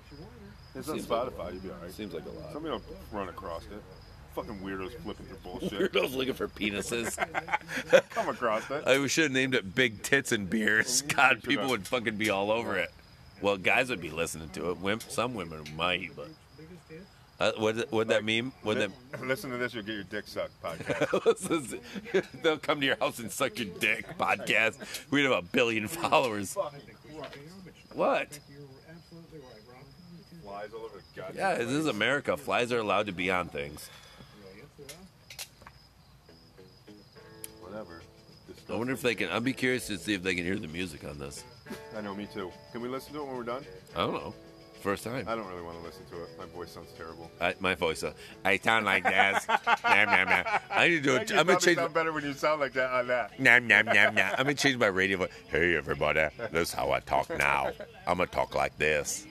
it's on seems like a Spotify. You'll be all right. Seems like a lot. Somebody don't run across it. Fucking weirdos flipping through bullshit. weirdos looking for penises. Come across it. I should have named it Big Tits and Beers. God, people would fucking be all over it. Well, guys would be listening to it. Wim- some women might, but. Uh, what what that meme? What that? Listen to this, you'll get your dick sucked. Podcast. They'll come to your house and suck your dick. Podcast. We'd have a billion followers. What? Lies all over the goddamn Yeah, this is America. Flies are allowed to be on things. Whatever. I wonder if they can. I'd be curious to see if they can hear the music on this. I know, me too. Can we listen to it when we're done? I don't know. First time. I don't really want to listen to it. My voice sounds terrible. I, my voice. Uh, I sound like that. Nom, nom, nom. I need to do. I it. I'm gonna change. sound better when you sound like that on that. Nom, nom, nom, nom. I'm gonna change my radio voice. Hey everybody, this is how I talk now. I'm gonna talk like this.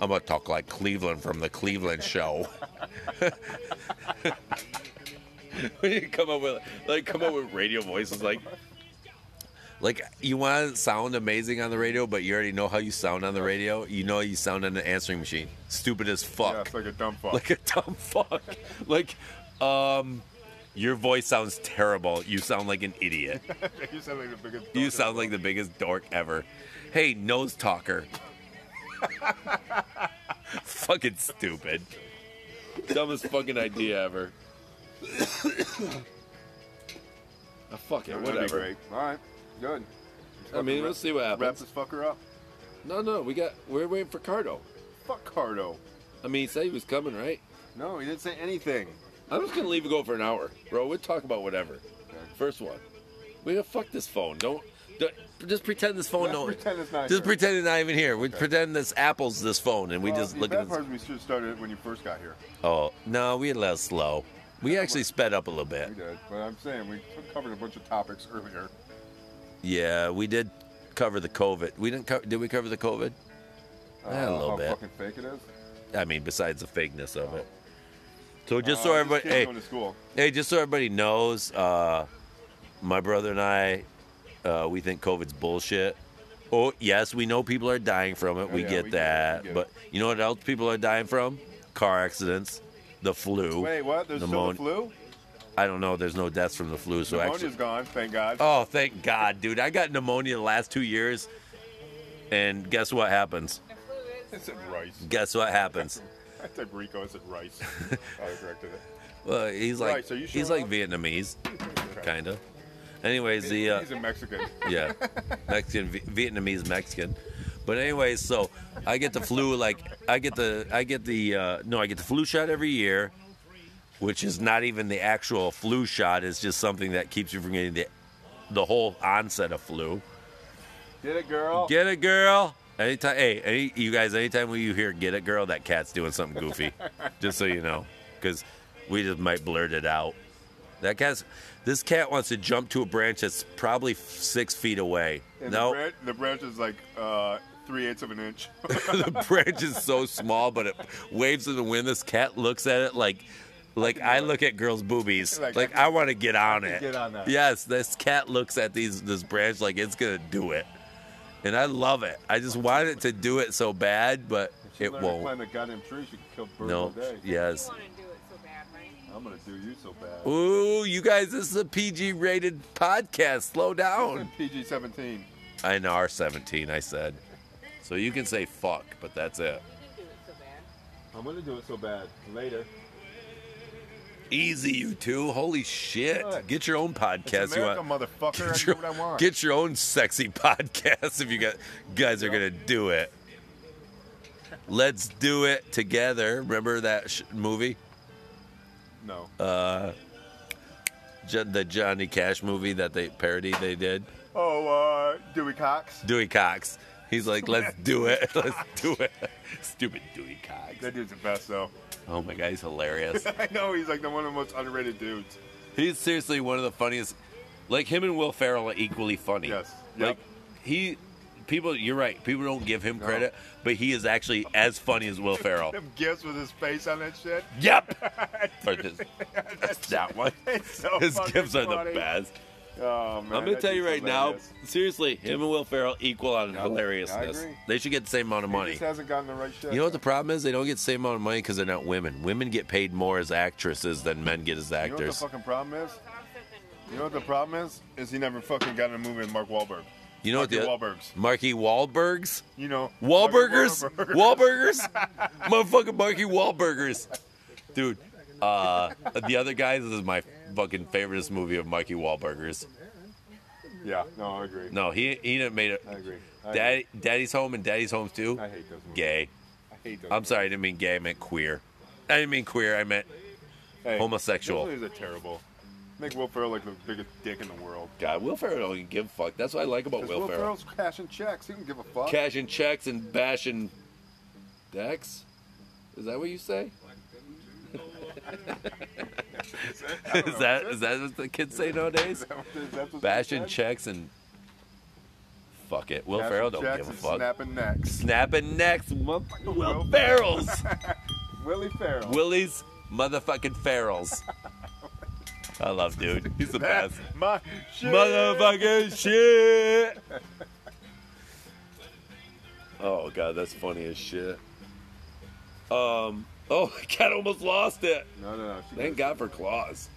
I'm gonna talk like Cleveland from the Cleveland Show. we need to come up with like come up with radio voices like. Like you want to sound amazing on the radio, but you already know how you sound on the radio. You know you sound on the answering machine. Stupid as fuck Yeah, it's like a dumb fuck. like a dumb fuck. Like, um, your voice sounds terrible. You sound like an idiot. you sound like the biggest. You dog sound like the biggest dork ever. Hey, nose talker. fucking stupid. Dumbest fucking idea ever. Ah, fuck it, ever. That'd be whatever. great. All right, good. I mean, Fucking let's see what wrap, wrap happens. this fucker up. No, no, we got. We're waiting for Cardo. Fuck Cardo. I mean, he said he was coming, right? No, he didn't say anything. I'm just gonna leave it go for an hour, bro. We'll talk about whatever. First one, we gotta fuck this phone. Don't, don't just pretend this phone. Let's Oh, no. pretend it's not Just here. pretend it's not even here. We pretend this Apple's this phone, and we Well, just the look bad at this. part is we should have started it when you first got here. Oh no, we had a little slow. We actually sped up a little We bit. did, but I'm saying we covered a bunch of topics earlier. Yeah, we did cover the COVID. We didn't. Co- did we cover the COVID? Uh, Yeah, a little how bit. fucking fake it is. I mean, besides the fakeness of it. So just Uh, so this everybody, kid's hey, going to school. hey, just so everybody knows, uh, my brother and I, uh, we think COVID's bullshit. Oh yes, we know people are dying from it. Oh, we yeah, get we get it, that, we get but you know what else people are dying from? Car accidents, the flu. Wait, what? There's still Pneumon- the flu. I don't know. There's no deaths from the flu, so Pneumonia's actually, gone, thank God. oh thank God, dude, I got pneumonia the last two years, and guess what happens? The flu I is. said rice. Guess what happens? I said Rico. I said rice. I corrected it. Well, he's like Right, so you he's sure like are? Vietnamese, kind of. Anyways, the uh, He's a Mexican. yeah, Mexican Vi- Vietnamese Mexican. But anyways, so I get the flu. Like I get the I get the uh, no, I get the flu shot every year, which is not even the actual flu shot. It's just something that keeps you from getting the the whole onset of flu. Get it, girl. Get it, girl. Anytime, hey, any, you guys, anytime when you hear "get it, girl," that cat's doing something goofy. just so you know, because we just might blurt it out. That cat's. This cat wants to jump to a branch that's probably f- six feet away. And no, the, branch, the branch is like uh, three eighths of an inch. the branch is so small, but it waves in the wind. This cat looks at it like, like I look at girls' boobies. Like, Like, I, want to get on it. get on that. Yes, this cat looks at these this branch like it's gonna do it, and I love it. I just want it to do it so bad, but She it learned to won't. Climb a goddamn tree. She could kill birds No, all day. yes. You want to do it so bad, right? I'm gonna do you so bad. Ooh, you guys, this is a PG-rated podcast. Slow down. PG-17. I know R17. I said, so you can say fuck, but that's it. You can do it so bad. I'm gonna do it so bad later. Easy, you two. Holy shit. Good. Get your own It's podcast. you America, want. motherfucker. I Get do your, what I want. get your own sexy podcast if you got, guys are going to do it. Let's do it together. Remember that sh- movie? no. Uh, Jo- the Johnny Cash movie that they parody they did? oh, uh, Dewey Cox. Dewey Cox. He's like, let's do it. Let's do it. Stupid Dewey Cox. That dude's the best though. Oh my God, he's hilarious. I know he's like the one of the most underrated dudes. He's seriously one of the funniest. Like him and Will Ferrell are equally funny. Yes. Like Yep. he, people. You're right. People don't give him No. credit, but he is actually as funny as Will Ferrell. Them gifts with his face on that shit. yep. Or just- that's that one. It's so His fucking gifts are the funny. best. Oh man. I'm gonna that tell you dude's right hilarious. now. Seriously, him and Will Ferrell equal on Yeah, I hilariousness. agree. They should get the same amount of He money. just hasn't gotten the right shit. You know what the problem is? They don't get the same amount of money because they're not women. Women get paid more as actresses than men get as You know what the actors. fucking problem is? So it's opposite than You know what the problem is? Is he never fucking got in a movie with Mark Wahlberg. You know what Marky the Marky Wahlbergs. Wahlbergs. You know. Wahlburgers? fucking Wahlberg. Wahlburgers? Motherfucking monkey Wahlburgers. Dude, uh, the other guys this is my fucking favorite movie of Mikey Wahlburgers. Yeah. No, I agree. No, he he didn't made it. I agree. I Daddy, Daddy's Home and Daddy's Home too. I hate those movies. Gay. I hate those. I'm sorry, I didn't mean gay. I meant queer. I didn't mean queer. I meant Hey, homosexual. Those movies are terrible. Make Will Ferrell like the biggest dick in the world. God. Will Ferrell don't even give a fuck. That's what I like about 'Cause Will, Will Ferrell. Ferrell's cashing checks. He can give a fuck. Cashing checks and bashing Dex? Is that what you say? I don't Is know. that is that what the kids say nowadays? Is that what- is that what Bashing they said? checks and fuck it. Will Bashing Ferrell don't checks give a and fuck. Snapping necks. Snapping necks, motherfucking Will Will Ferrell's. Willie Farrell. Willie's motherfucking Ferrell's. I love dude. He's the That- best. My shit. Motherfucking shit. Oh god, that's funny as shit. Um. Oh, my god, I almost lost it. No, no, no. She Thank God for claws.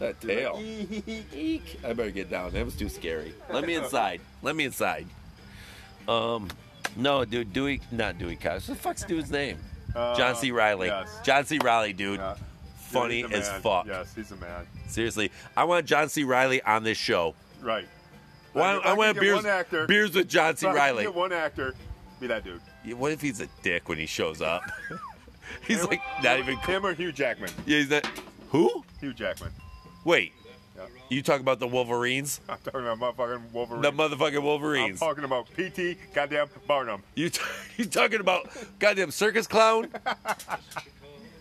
That tail. Eek. I better get down. That was too scary. Let me inside. Let me inside. Um, no, dude. Dewey, not Dewey Cox. What the fuck's dude's name? Uh, John C. Riley. yes. John C. Riley, dude. Yeah. Funny Yeah, he's a as man. fuck. Yes, he's a man. Seriously, I want John C. Riley on this show. Right. Why, I, I, could- I could want get beers, One actor. beers with John If C. I could Riley. Get one actor. Be that dude. Yeah, What if he's a dick when he shows up? he's Him- like not even. Cool. Him or Hugh Jackman. Yeah, he's not. Who? Hugh Jackman. Wait, Yeah. you talk about the Wolverines? I'm talking about motherfucking Wolverine. The motherfucking I'm Wolverines. talking about PT. Goddamn Barnum. You t- you talking about goddamn circus clown?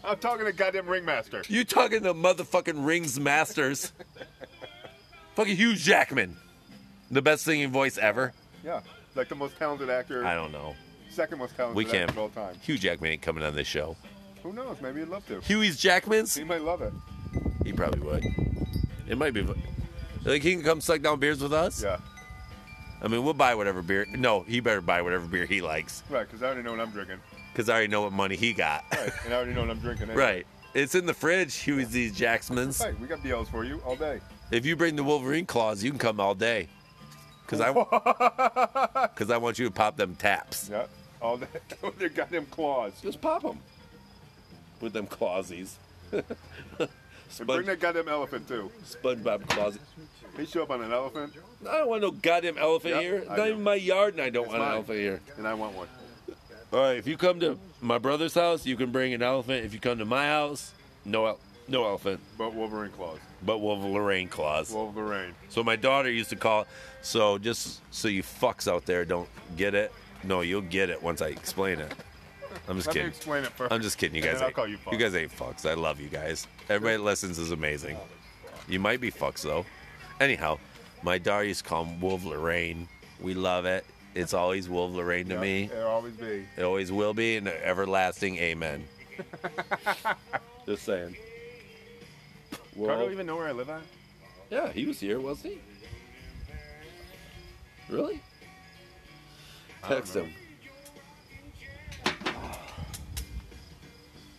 I'm talking to goddamn Ringmaster. You talking to motherfucking rings masters? Fucking Hugh Jackman, the best singing voice ever. Yeah. Like the most talented actor. I don't know. Second most talented We can't. actor of all time. Hugh Jackman ain't coming on this show. Who knows? Maybe he'd love to. Huey's Jackman's? He might love it. He probably would. It might be. Like he can come suck down beers with us. Yeah. I mean, we'll buy whatever beer. No, he better buy whatever beer he likes, Right. Because I already know what I'm drinking. cause I already know what money he got. Right. and I already know what I'm drinking. anyway. right. It's in the fridge, Huey's these Jacksmans. Hey, we got BLs for you all day. If you bring the Wolverine claws, you can come all day. Cause I, cause I want you to pop them taps. Yeah. All day. With their goddamn claws. Just pop them with them clawsies. And Sponge, bring that goddamn elephant too. SpongeBob claws. He show up on an elephant, I don't want no goddamn elephant Yep, here. I Not know. even my yard, and I don't want an mine. elephant here. and I want one. All right, if you come to my brother's house, you can bring an elephant. If you come to my house, no, el- no elephant, But Wolverine claws. but Wolverine claws. Wolverine. So my daughter used to call. So just so you fucks out there don't get it. No, you'll get it once I explain it. I'm just Let me kidding. explain it first. I'm just kidding. You And guys, then I'll ain't- call you fucks. guys ain't fucks. I love you guys. Everybody that listens is amazing. You might be fucks though. Anyhow, my daughter used to call him Wolf Lorraine. We love it. It's always Wolf Lorraine to Yeah, me. It'll always be. It always will be, and everlasting amen. Just saying. Cargo Well, even know where I live at? yeah, he was here, wasn't he? Really? I don't Text know. him.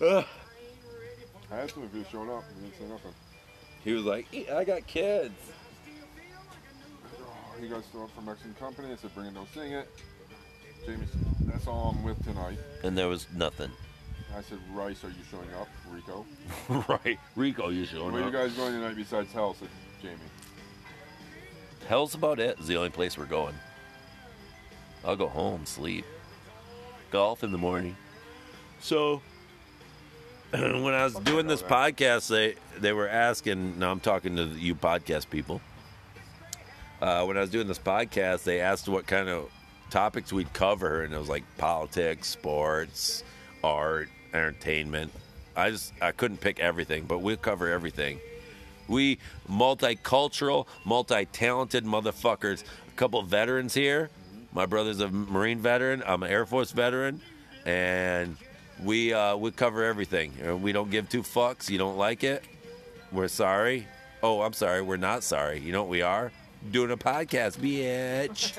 Ugh. I asked him if he was showing up. He didn't say nothing. He was like, "Eh, I got kids. Oh, you guys still up for Mexican company? I said, bring it, don't sing it. Jamie said, that's all I'm with tonight. And there was nothing. I said, Rice, are you showing up, Rico? right, Rico, you showing Where are you up? guys going tonight besides hell? Said Jamie. Hell's about it. Is the only place we're going. I'll go home, sleep, golf in the morning. So when I was Okay, doing I know this that. podcast, they they were asking. Now I'm talking to you podcast people. Uh, when I was doing this podcast, they asked what kind of topics we'd cover, and it was like politics, sports, art, entertainment. I just I couldn't pick everything, but we'll cover everything. We multicultural, multi-talented motherfuckers. A couple veterans here. My brother's a Marine veteran. I'm an Air Force veteran, and we uh, we cover everything. Uh, We don't give two fucks. You don't like it? We're sorry. Oh, I'm sorry. We're not sorry. You know what we are? Doing a podcast, bitch.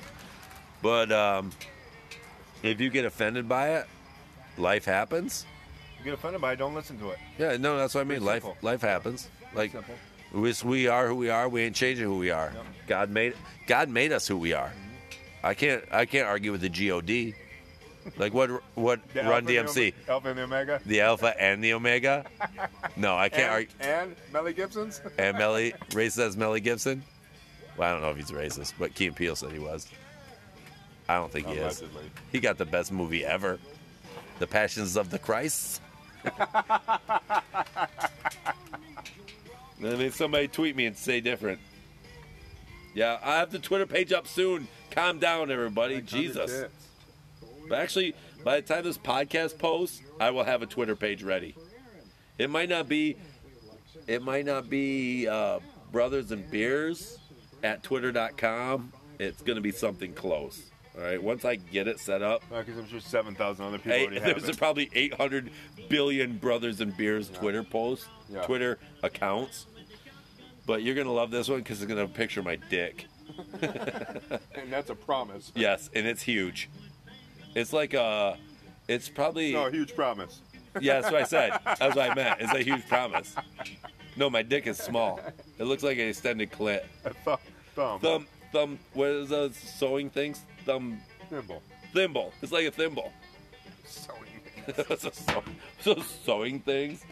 but um, if you get offended by it, life happens. You get offended by it, don't listen to it. Yeah, no, that's what I mean. Pretty Life, simple. life happens. Like Simple. we, we are who we are. We ain't changing who we are. Yep. Mm-hmm. God made God made us who we are. I can't I can't argue with the God. Like what what The Run Alpha and the DMC, Ome- Alpha and the Omega. the Alpha and the Omega. No, I can't And, argue. and Melly Gibson's? And Melly racist as Melly Gibson. Well, I don't know if he's racist, but Key and Peele said he was. I don't think he is. Allegedly. He got the best movie ever, The Passions of the Christ. I mean, somebody tweet me and say different. Yeah, I have the Twitter page up soon. Calm down, everybody. Like, cut your Jesus. tits. But actually, by the time this podcast posts, I will have a Twitter page ready. It might not be, it might not be uh, brothers and beers at twitter.com. It's gonna be something close. All right. Once I get it set up, Because I'm sure 7,000 other people Hey, already have there's it. probably 800 billion brothers and beers Twitter posts, Yeah. Twitter accounts. But you're gonna love this one because it's gonna picture my dick. and that's a promise. Yes, and it's huge. It's like a, it's probably No, a huge promise. yeah. That's what I said. That's what I meant. It's a huge promise. No, my dick is small. It looks like an extended clit. A thumb. Thumb. Thumb, thumb. What is those sewing things? Thumb, Thimble. thimble. It's like a thimble. Sewing. so, so, so sewing things.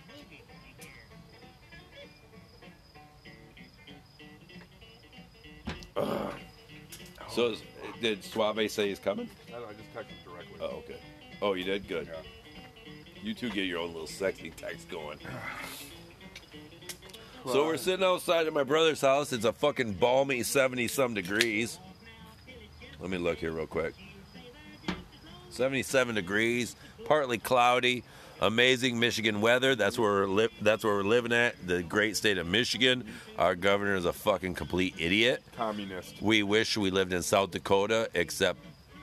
So is, did Suave say he's coming? I don't know, I just texted him directly. Oh, okay. Oh, you did good. Yeah. You two get your own little sexy text going. So we're sitting outside at my brother's house. It's a fucking balmy 70 some degrees. Let me look here real quick. 77 degrees, partly cloudy, amazing Michigan weather. That's where we're li- that's where we're living at, the great state of Michigan. Our governor is a fucking complete idiot. Communist. We wish we lived in South Dakota except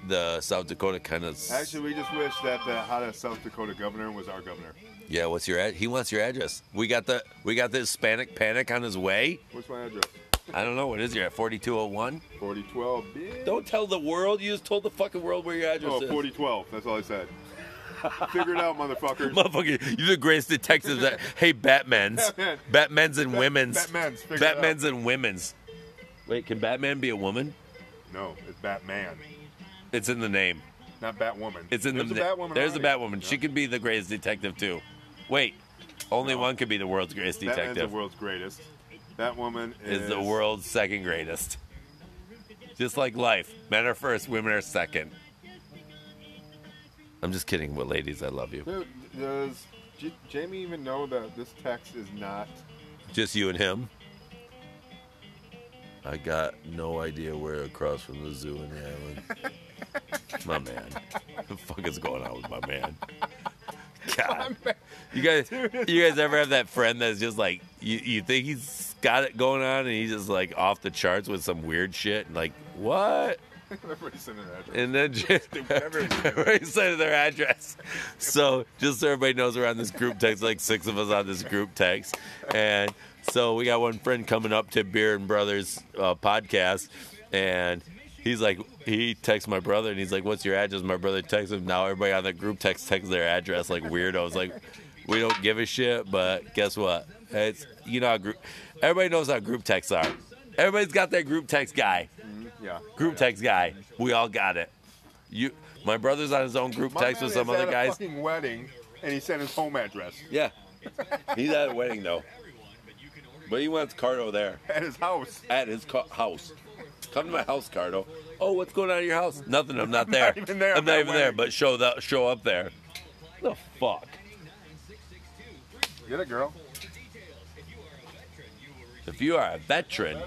the South Dakota kind of Actually, we just wish that the hottest South Dakota governor was our governor. Yeah, what's your ad- he wants your address. We got the we got the Hispanic panic on his way. What's my address? I don't know what is your at 4201. 4012, bitch. Don't tell the world. You just told the fucking world where your address Oh, is. 4012. That's all I said. Figure it out, motherfuckers. Motherfucker, you're the greatest detective that hey Batman's Batman. Batman's and women's Batman's. Figure it out. Batman's and women's. Wait, can Batman be a woman? No, it's Batman, It's in the name. not Batwoman. It's in There's the a Batwoman. There's already. a Batwoman. She could be the greatest detective too. Wait. Only one could be the world's greatest Batman's detective. the world's greatest. That woman is, is, the world's second greatest. Just like life, men are first, women are second. I'm just kidding, what ladies, I love you. Dude, does J- Jamie even know that this text is not? Just you and him. I got no idea where across from the zoo in the island. my man, the fuck is going on with my man? God, you guys, you guys ever have that friend that's just like you, you think he's got it going on and he's just like off the charts with some weird shit and like what? Everybody's sending that. and then just everybody sent their address. So just so everybody knows, we're on this group text. Like six of us on this group text, and so we got one friend coming up to Beer and Brothers uh, podcast, and he's like, he texts my brother, and he's like, "What's your address?" My brother texts him. Now everybody on the group text texts their address like weirdos. Like we don't give a shit, but guess what? It's you know how group. Everybody knows how group texts are. Everybody's got that group text guy Yeah. group text guy. We all got it. You, my brother's on his own group My text man with some is other at A guys. fucking wedding, and he sent his home address yeah, he's at a wedding though, but he wants Cardo there at his house. at his co- house. Come to my house, Cardo. Oh, what's going on at your house? Nothing. I'm not there. even there, I'm I'm not at even there. wedding. But show the show up there. The fuck. Get it, girl. If you are a veteran,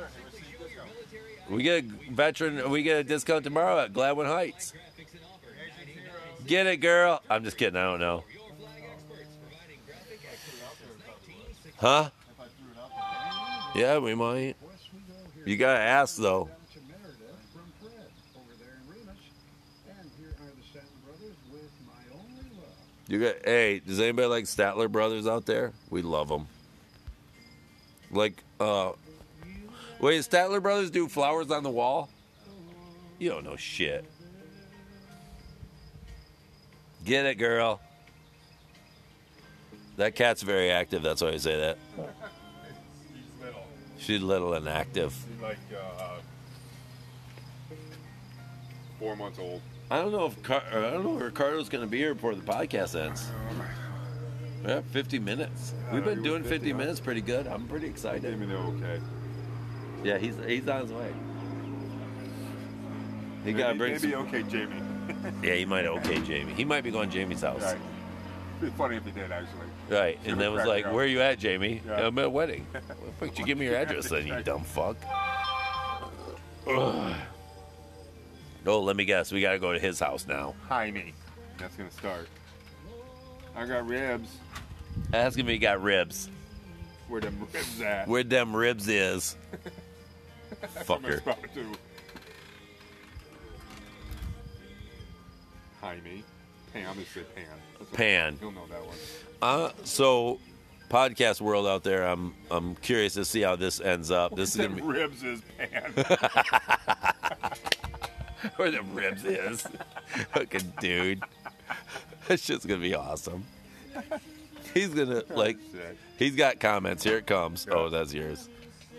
we get a veteran. We get a discount tomorrow at Gladwin Heights. Get it, girl. I'm just kidding. I don't know. Huh? Yeah, we might. You gotta ask though. to Meredith from Fred over there in Remus. And here are the Satin Brothers with My Only Love. You got. Hey, does anybody like Statler Brothers out there? We love them. Like, uh, wait, Statler Brothers do flowers on the wall? You don't know shit. Get it, girl. That cat's very active. That's why I say that. He's little. She's little and active. He's like uh, four months old. I don't know if Car- I don't know if Ricardo's gonna be here before the podcast ends. We're at 50 minutes. We've been we were doing 50, 50 huh? minutes pretty good. I'm pretty He excited. gave me the okay. Yeah, he's he's on his way. He got to Maybe- bring. Maybe Some, okay, Jamie. yeah, he might okay Jamie. He might be going to Jamie's house. Right. Right, It'd be funny if he did actually. and then was Crack like, it up. "Where are you at, Jamie? Yeah. I'm at a wedding. Well, fuck, you give me your address, then you dumb fuck." Ugh. Oh, let me guess. We got to go to his house now. Jaime. That's gonna start. I got ribs. Ask him if he got ribs. Where them ribs at? Where them ribs is. I'm Fucker. about to. Jaime. Pan. I'm gonna say Pan. That's Pan. You'll know that one. Uh, so, podcast world out there, I'm I'm curious to see how this ends up. This is Them gonna be ribs is Pan. where the ribs is. Fucking dude, this shit's gonna be awesome. He's gonna like. Sick. He's got comments. Here it comes. Yeah. Oh, that's yours.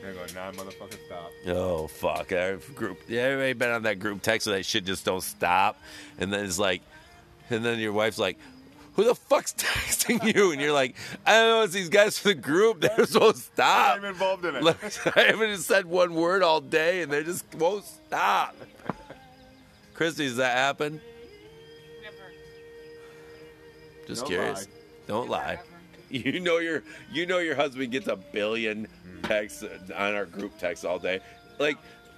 There you go. Nine motherfucking stop. Oh fuck! Our group. Yeah, everybody been on that group text where that shit just don't stop, and then it's like, and then your wife's like, "Who the fuck's texting you?" And you're like, "I don't know. It's these guys from the group. They're supposed to stop. I'm involved in it. Like, I haven't said one word all day, and they just won't stop." Christy, does that happen? Never. Just Don't curious. lie. Don't lie. You know your you know your husband gets a billion texts on our group text all day. Like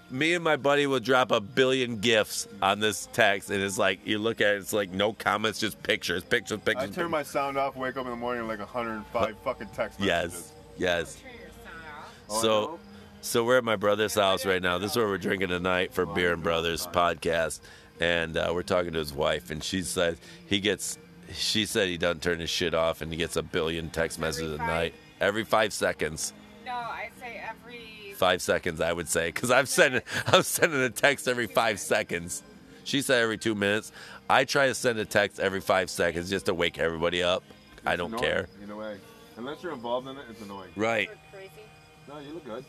me and my buddy will drop a billion gifts on this text, and it's like you look at it, it's like no comments, just pictures, pictures, I pictures. turn my sound off, wake up in the morning with like 105 fucking text messages. yes, yes. Turn your sound off. Oh, I So, know. so we're at my brother's house right now. This is where we're drinking tonight for Wow, Beer and you're doing Brothers fine. podcast, and uh, we're talking to his wife, and she said he gets. She said he doesn't turn his shit off, and he gets a billion text messages a five- night every five seconds. No, I say every. Five seconds, I would say, because I'm sending I'm sending a text every five seconds. She said every two minutes. I try to send a text every five seconds just to wake everybody up. I It's don't annoying, care. In a way. Unless you're involved in it, it's annoying. Right. You're crazy. No, Oh, you look good.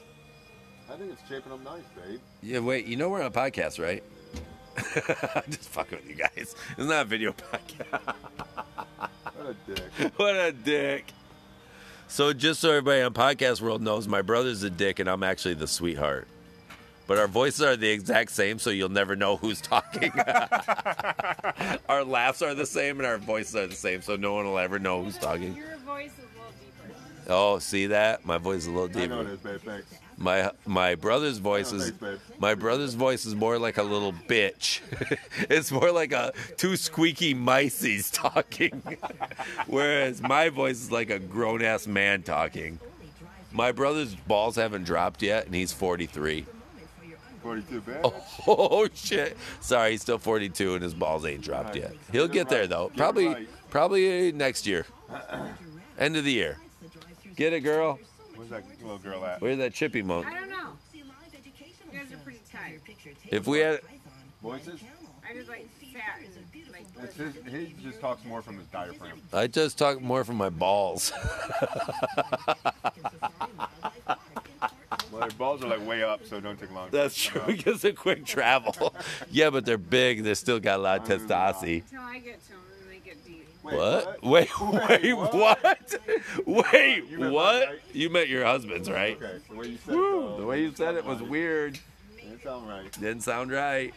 I think it's shaping up nice, babe. Yeah, wait, you know we're on a podcast, right? I'm just fucking with you guys. It's not a video podcast. What a dick. what a dick. So just so everybody on podcast world knows, my brother's a dick and I'm actually the sweetheart. But our voices are the exact same, so you'll never know who's talking. our laughs are the same and our voices are the same, so no one will ever know who's talking. Your voice is a little deeper. Oh, see that? My voice is a little I know it deeper. is, babe. Thanks. My my brother's voice Oh, is thanks, babe. my brother's voice is more like a little bitch. it's more like a two squeaky mices talking, whereas my voice is like a grown ass man talking. My brother's balls haven't dropped yet, and he's 43. 42, babe. Oh shit! Sorry, he's still 42, and his balls ain't dropped yet. He'll get there though. Probably, probably uh, next year, end of the year. Get it, girl. Where's that little girl at? Where's that chippy monk? I don't know. You guys are pretty tight. If we had, Voices? I just like sat and like. It's his, he just talks more from his diaphragm. I just talk more from my balls. Well, their balls are like way up, so don't take long. That's true. Because of quick travel. yeah, but they're big. They still got a lot of testosterone. Until I get to them, and they get deep. Wait, What? Wait, wait, what? what? Wait, You meant what? mine, right? You met your husband's, right? Okay, the way you said Woo, it. the way you said it was weird. It's all right. Didn't sound right.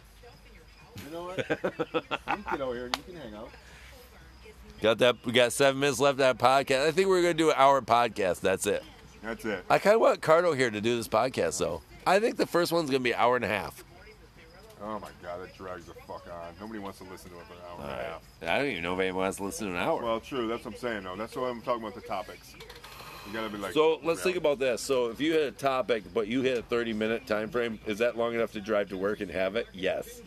You know what? you get over here and you can hang out. Got that? We got seven minutes left of that podcast. I think we're gonna do an hour podcast. That's it. That's it. I kind of want Cardo here to do this podcast, though. I think the first one's gonna be an hour and a half. Oh my god, that drags the fuck on. Nobody wants to listen to it for an hour All and a right. half. I don't even know if anyone wants to listen to an hour. Well, true. That's what I'm saying, though. That's why I'm talking about the topics. You gotta be like. So let's think about this. So if you hit a topic, but you hit a 30 minute time frame, is that long enough to drive to work and have it? Yes.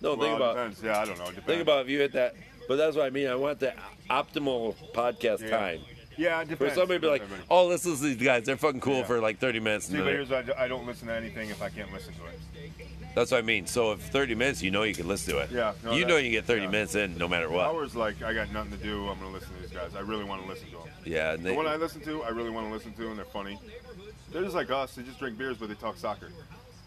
No, Well, think it about Depends. Yeah, I don't know. It Depends. think about if you hit that. But that's what I mean. I want the optimal podcast Yeah. time. Yeah, it Where depends. somebody be like, Everybody- "Oh, let's listen to these guys. They're fucking cool Yeah. for like 30 minutes." See, and but then- here's what I do. I don't listen to anything if I can't listen to it. that's what I mean. So if 30 minutes, you know you can listen to it. Yeah, no, you that- know you can get 30 yeah. minutes in no matter what. Hours like I got nothing to do. I'm gonna listen to these guys. I really want to listen to them. Yeah. And The they, one I listen to, I really want to listen to, and they're funny. They're just like us. They just drink beers, but they talk soccer,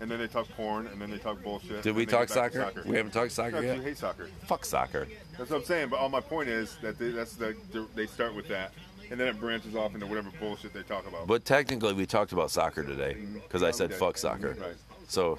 and then they talk porn, and then they talk bullshit. did and we then they talk get back to soccer? We haven't talked I soccer actually yet. hate soccer. Fuck soccer. That's what I'm saying. But all my point is that they, that's the they start with that, and then it branches off into whatever bullshit they talk about. But technically, we talked about soccer today because I said Okay. fuck soccer. Right. So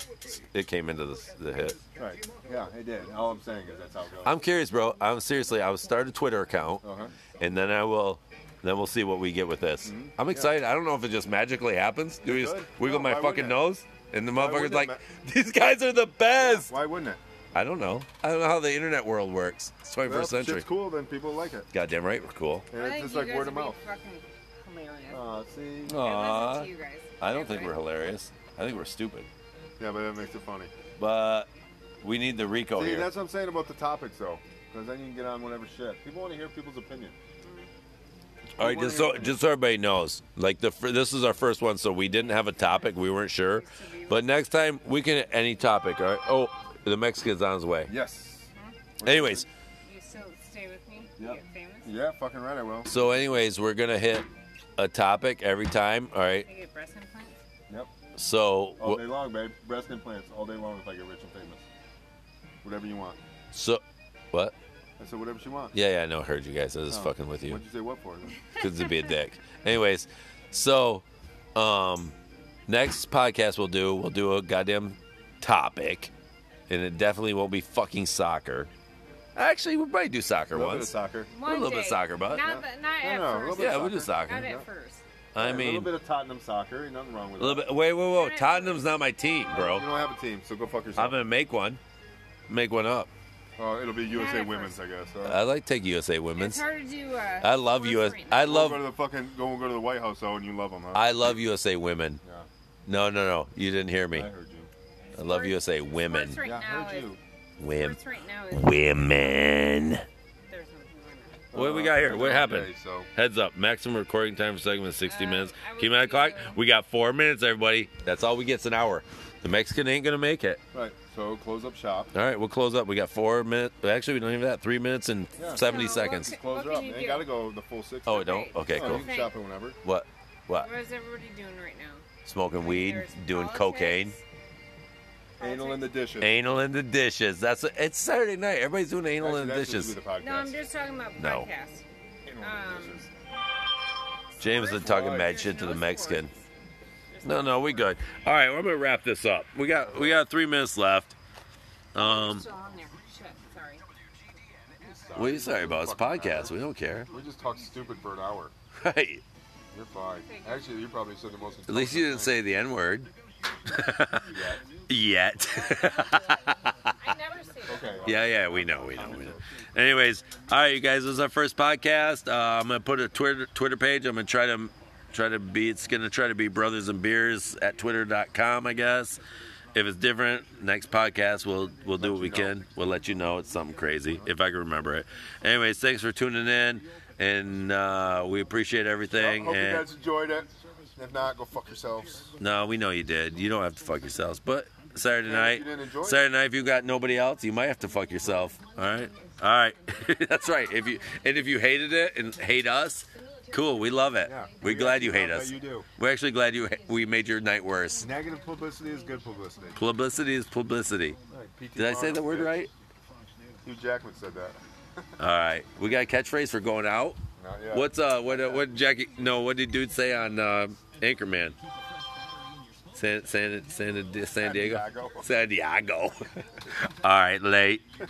it came into the, the hit. Right. Yeah, it did. All I'm saying is that's how it goes. I'm curious, bro. I'm seriously. I will start a Twitter account, Uh-huh. and then I will. Then Mm-hmm. we'll see what we get with this. I'm excited. I don't know if it just magically happens. Do we just could. wiggle No, my why fucking wouldn't it? nose? And the Why motherfucker's wouldn't it like, ma- these guys are the best. Why wouldn't it? I don't know. I don't know how the internet world works. It's 21st Well, if century. shit's cool, then people like it. Goddamn right, we're cool. And I it's think just you like guys word of would be mouth. Fucking hilarious. Aw, see? Oh. I Aww. listen to you guys. I don't think Everybody. we're hilarious. I think we're stupid. Yeah, but that makes it funny. But we need the Rico see, here. that's what I'm saying about the topics, though. Because then you can get on whatever shit. People want to hear people's opinion. All right, just so just so everybody knows, like the fir- this is our first one, so we didn't have a topic, we weren't sure, but next time we can any topic. All right. Oh, the Mexican's on his way. Yes. Mm-hmm. Anyways, You still stay with me? Yep. Get famous? Yeah, fucking right, I will. so anyways, we're gonna hit a topic every time. All right. I get breast implants? Yep. So All wh- day long, babe. Breast implants all day long if I get rich and famous. Whatever you want. so what? I said whatever she wants. Yeah, yeah, I know. I Heard you guys. I was just Oh. fucking with you. What'd you say what for? because it'd be a dick. Anyways, so um, next podcast we'll do we'll do a goddamn topic, and it definitely won't be fucking soccer. Actually, we will probably do soccer A little bit of once. soccer. One little bit day. soccer, but- No. Not, the, not No, at no, a little first. bit yeah, we'll do soccer. Not soccer. Yeah. at first. I a little mean, bit of Tottenham soccer. Ain't nothing wrong with a little bit. Wait, whoa, whoa! Alright. Tottenham's not my team, You bro. don't have a team, so go fuck I'm yourself. gonna make one. Make one up. Oh, it'll be USA at Women's, first. I guess. huh? I like to take USA It's women's. hard to do. Uh, I love sports US. right now. I Go go to love. the fucking go and go to the White House though, and you love them, huh? I love USA women. yeah, No, no, no. You didn't hear I me. heard you. I love Sports- USA women. Sports right yeah, I now heard is. you. Women. Sports right now is. Women. There's nothing going on. What do we got here? What okay, happened? So Heads up, maximum recording time for segment is 60 Uh, minutes. I would Keep it on the clock. do- We got four minutes, everybody. That's all we get's an hour. The Mexican ain't gonna make it. right, so close up shop. All right, we'll close up. We got four minutes. Actually, we don't even have that. Three minutes and Yeah. 70 No, seconds. okay. Close What her can up. you Ain't do? gotta go the full six. Oh, it don't. Okay, Oh, cool. you can shop it whenever. What? What? What is everybody doing right now? Smoking Like, weed, there's doing politics. cocaine, Anal in the dishes. anal in the dishes. That's it's Saturday night. Everybody's doing anal Actually, in the that should be dishes. the podcast. No, I'm just talking about No. podcasts. Anal in um, the dishes. James is talking Right. mad There's shit to no the Mexican. sports. There's No, no, we good. All right, well, I'm gonna wrap this up. We got we got three minutes left. Um, Still on there. Shit, sorry. what are you sorry about? It's a podcast. We don't care. We just talked stupid for an hour. Right. You're fine. Thank you. Actually, you probably said the most. At least you didn't say the N word. Yet. I never say that. Okay. yeah, yeah, we know, we know, we know. Anyways, all right, you guys, this is our first podcast. Uh, I'm gonna put a Twitter Twitter page. I'm gonna try to try to be. It's gonna try to be Brothers and Beers at Twitter.com, I guess. If it's different, next podcast we'll we'll do what we can. We'll let you know. It's something crazy if I can remember it. Anyways, thanks for tuning in, and uh, we appreciate I everything. hope you and guys enjoyed it. If not, go fuck yourselves. No, we know you did. You don't have to fuck yourselves. But Saturday Man, if night, you didn't enjoy it- Saturday night, if you got nobody else, you might have to fuck yourself. All right, all right. That's right. If you and if you hated it and hate us, cool. We love it. Yeah. We're glad you hate Yeah, us. you do. We're actually glad you ha- we made your night worse. Negative publicity is good publicity. Publicity is publicity. Like PT Did I say Barnum the word did. right? Hugh Jackman said that. All right. We got a catchphrase for going out. Not yet. What's uh what uh, what Jackie? No, what did dude say on uh, Anchorman? San San San, San Diego. San Diego. All right, late.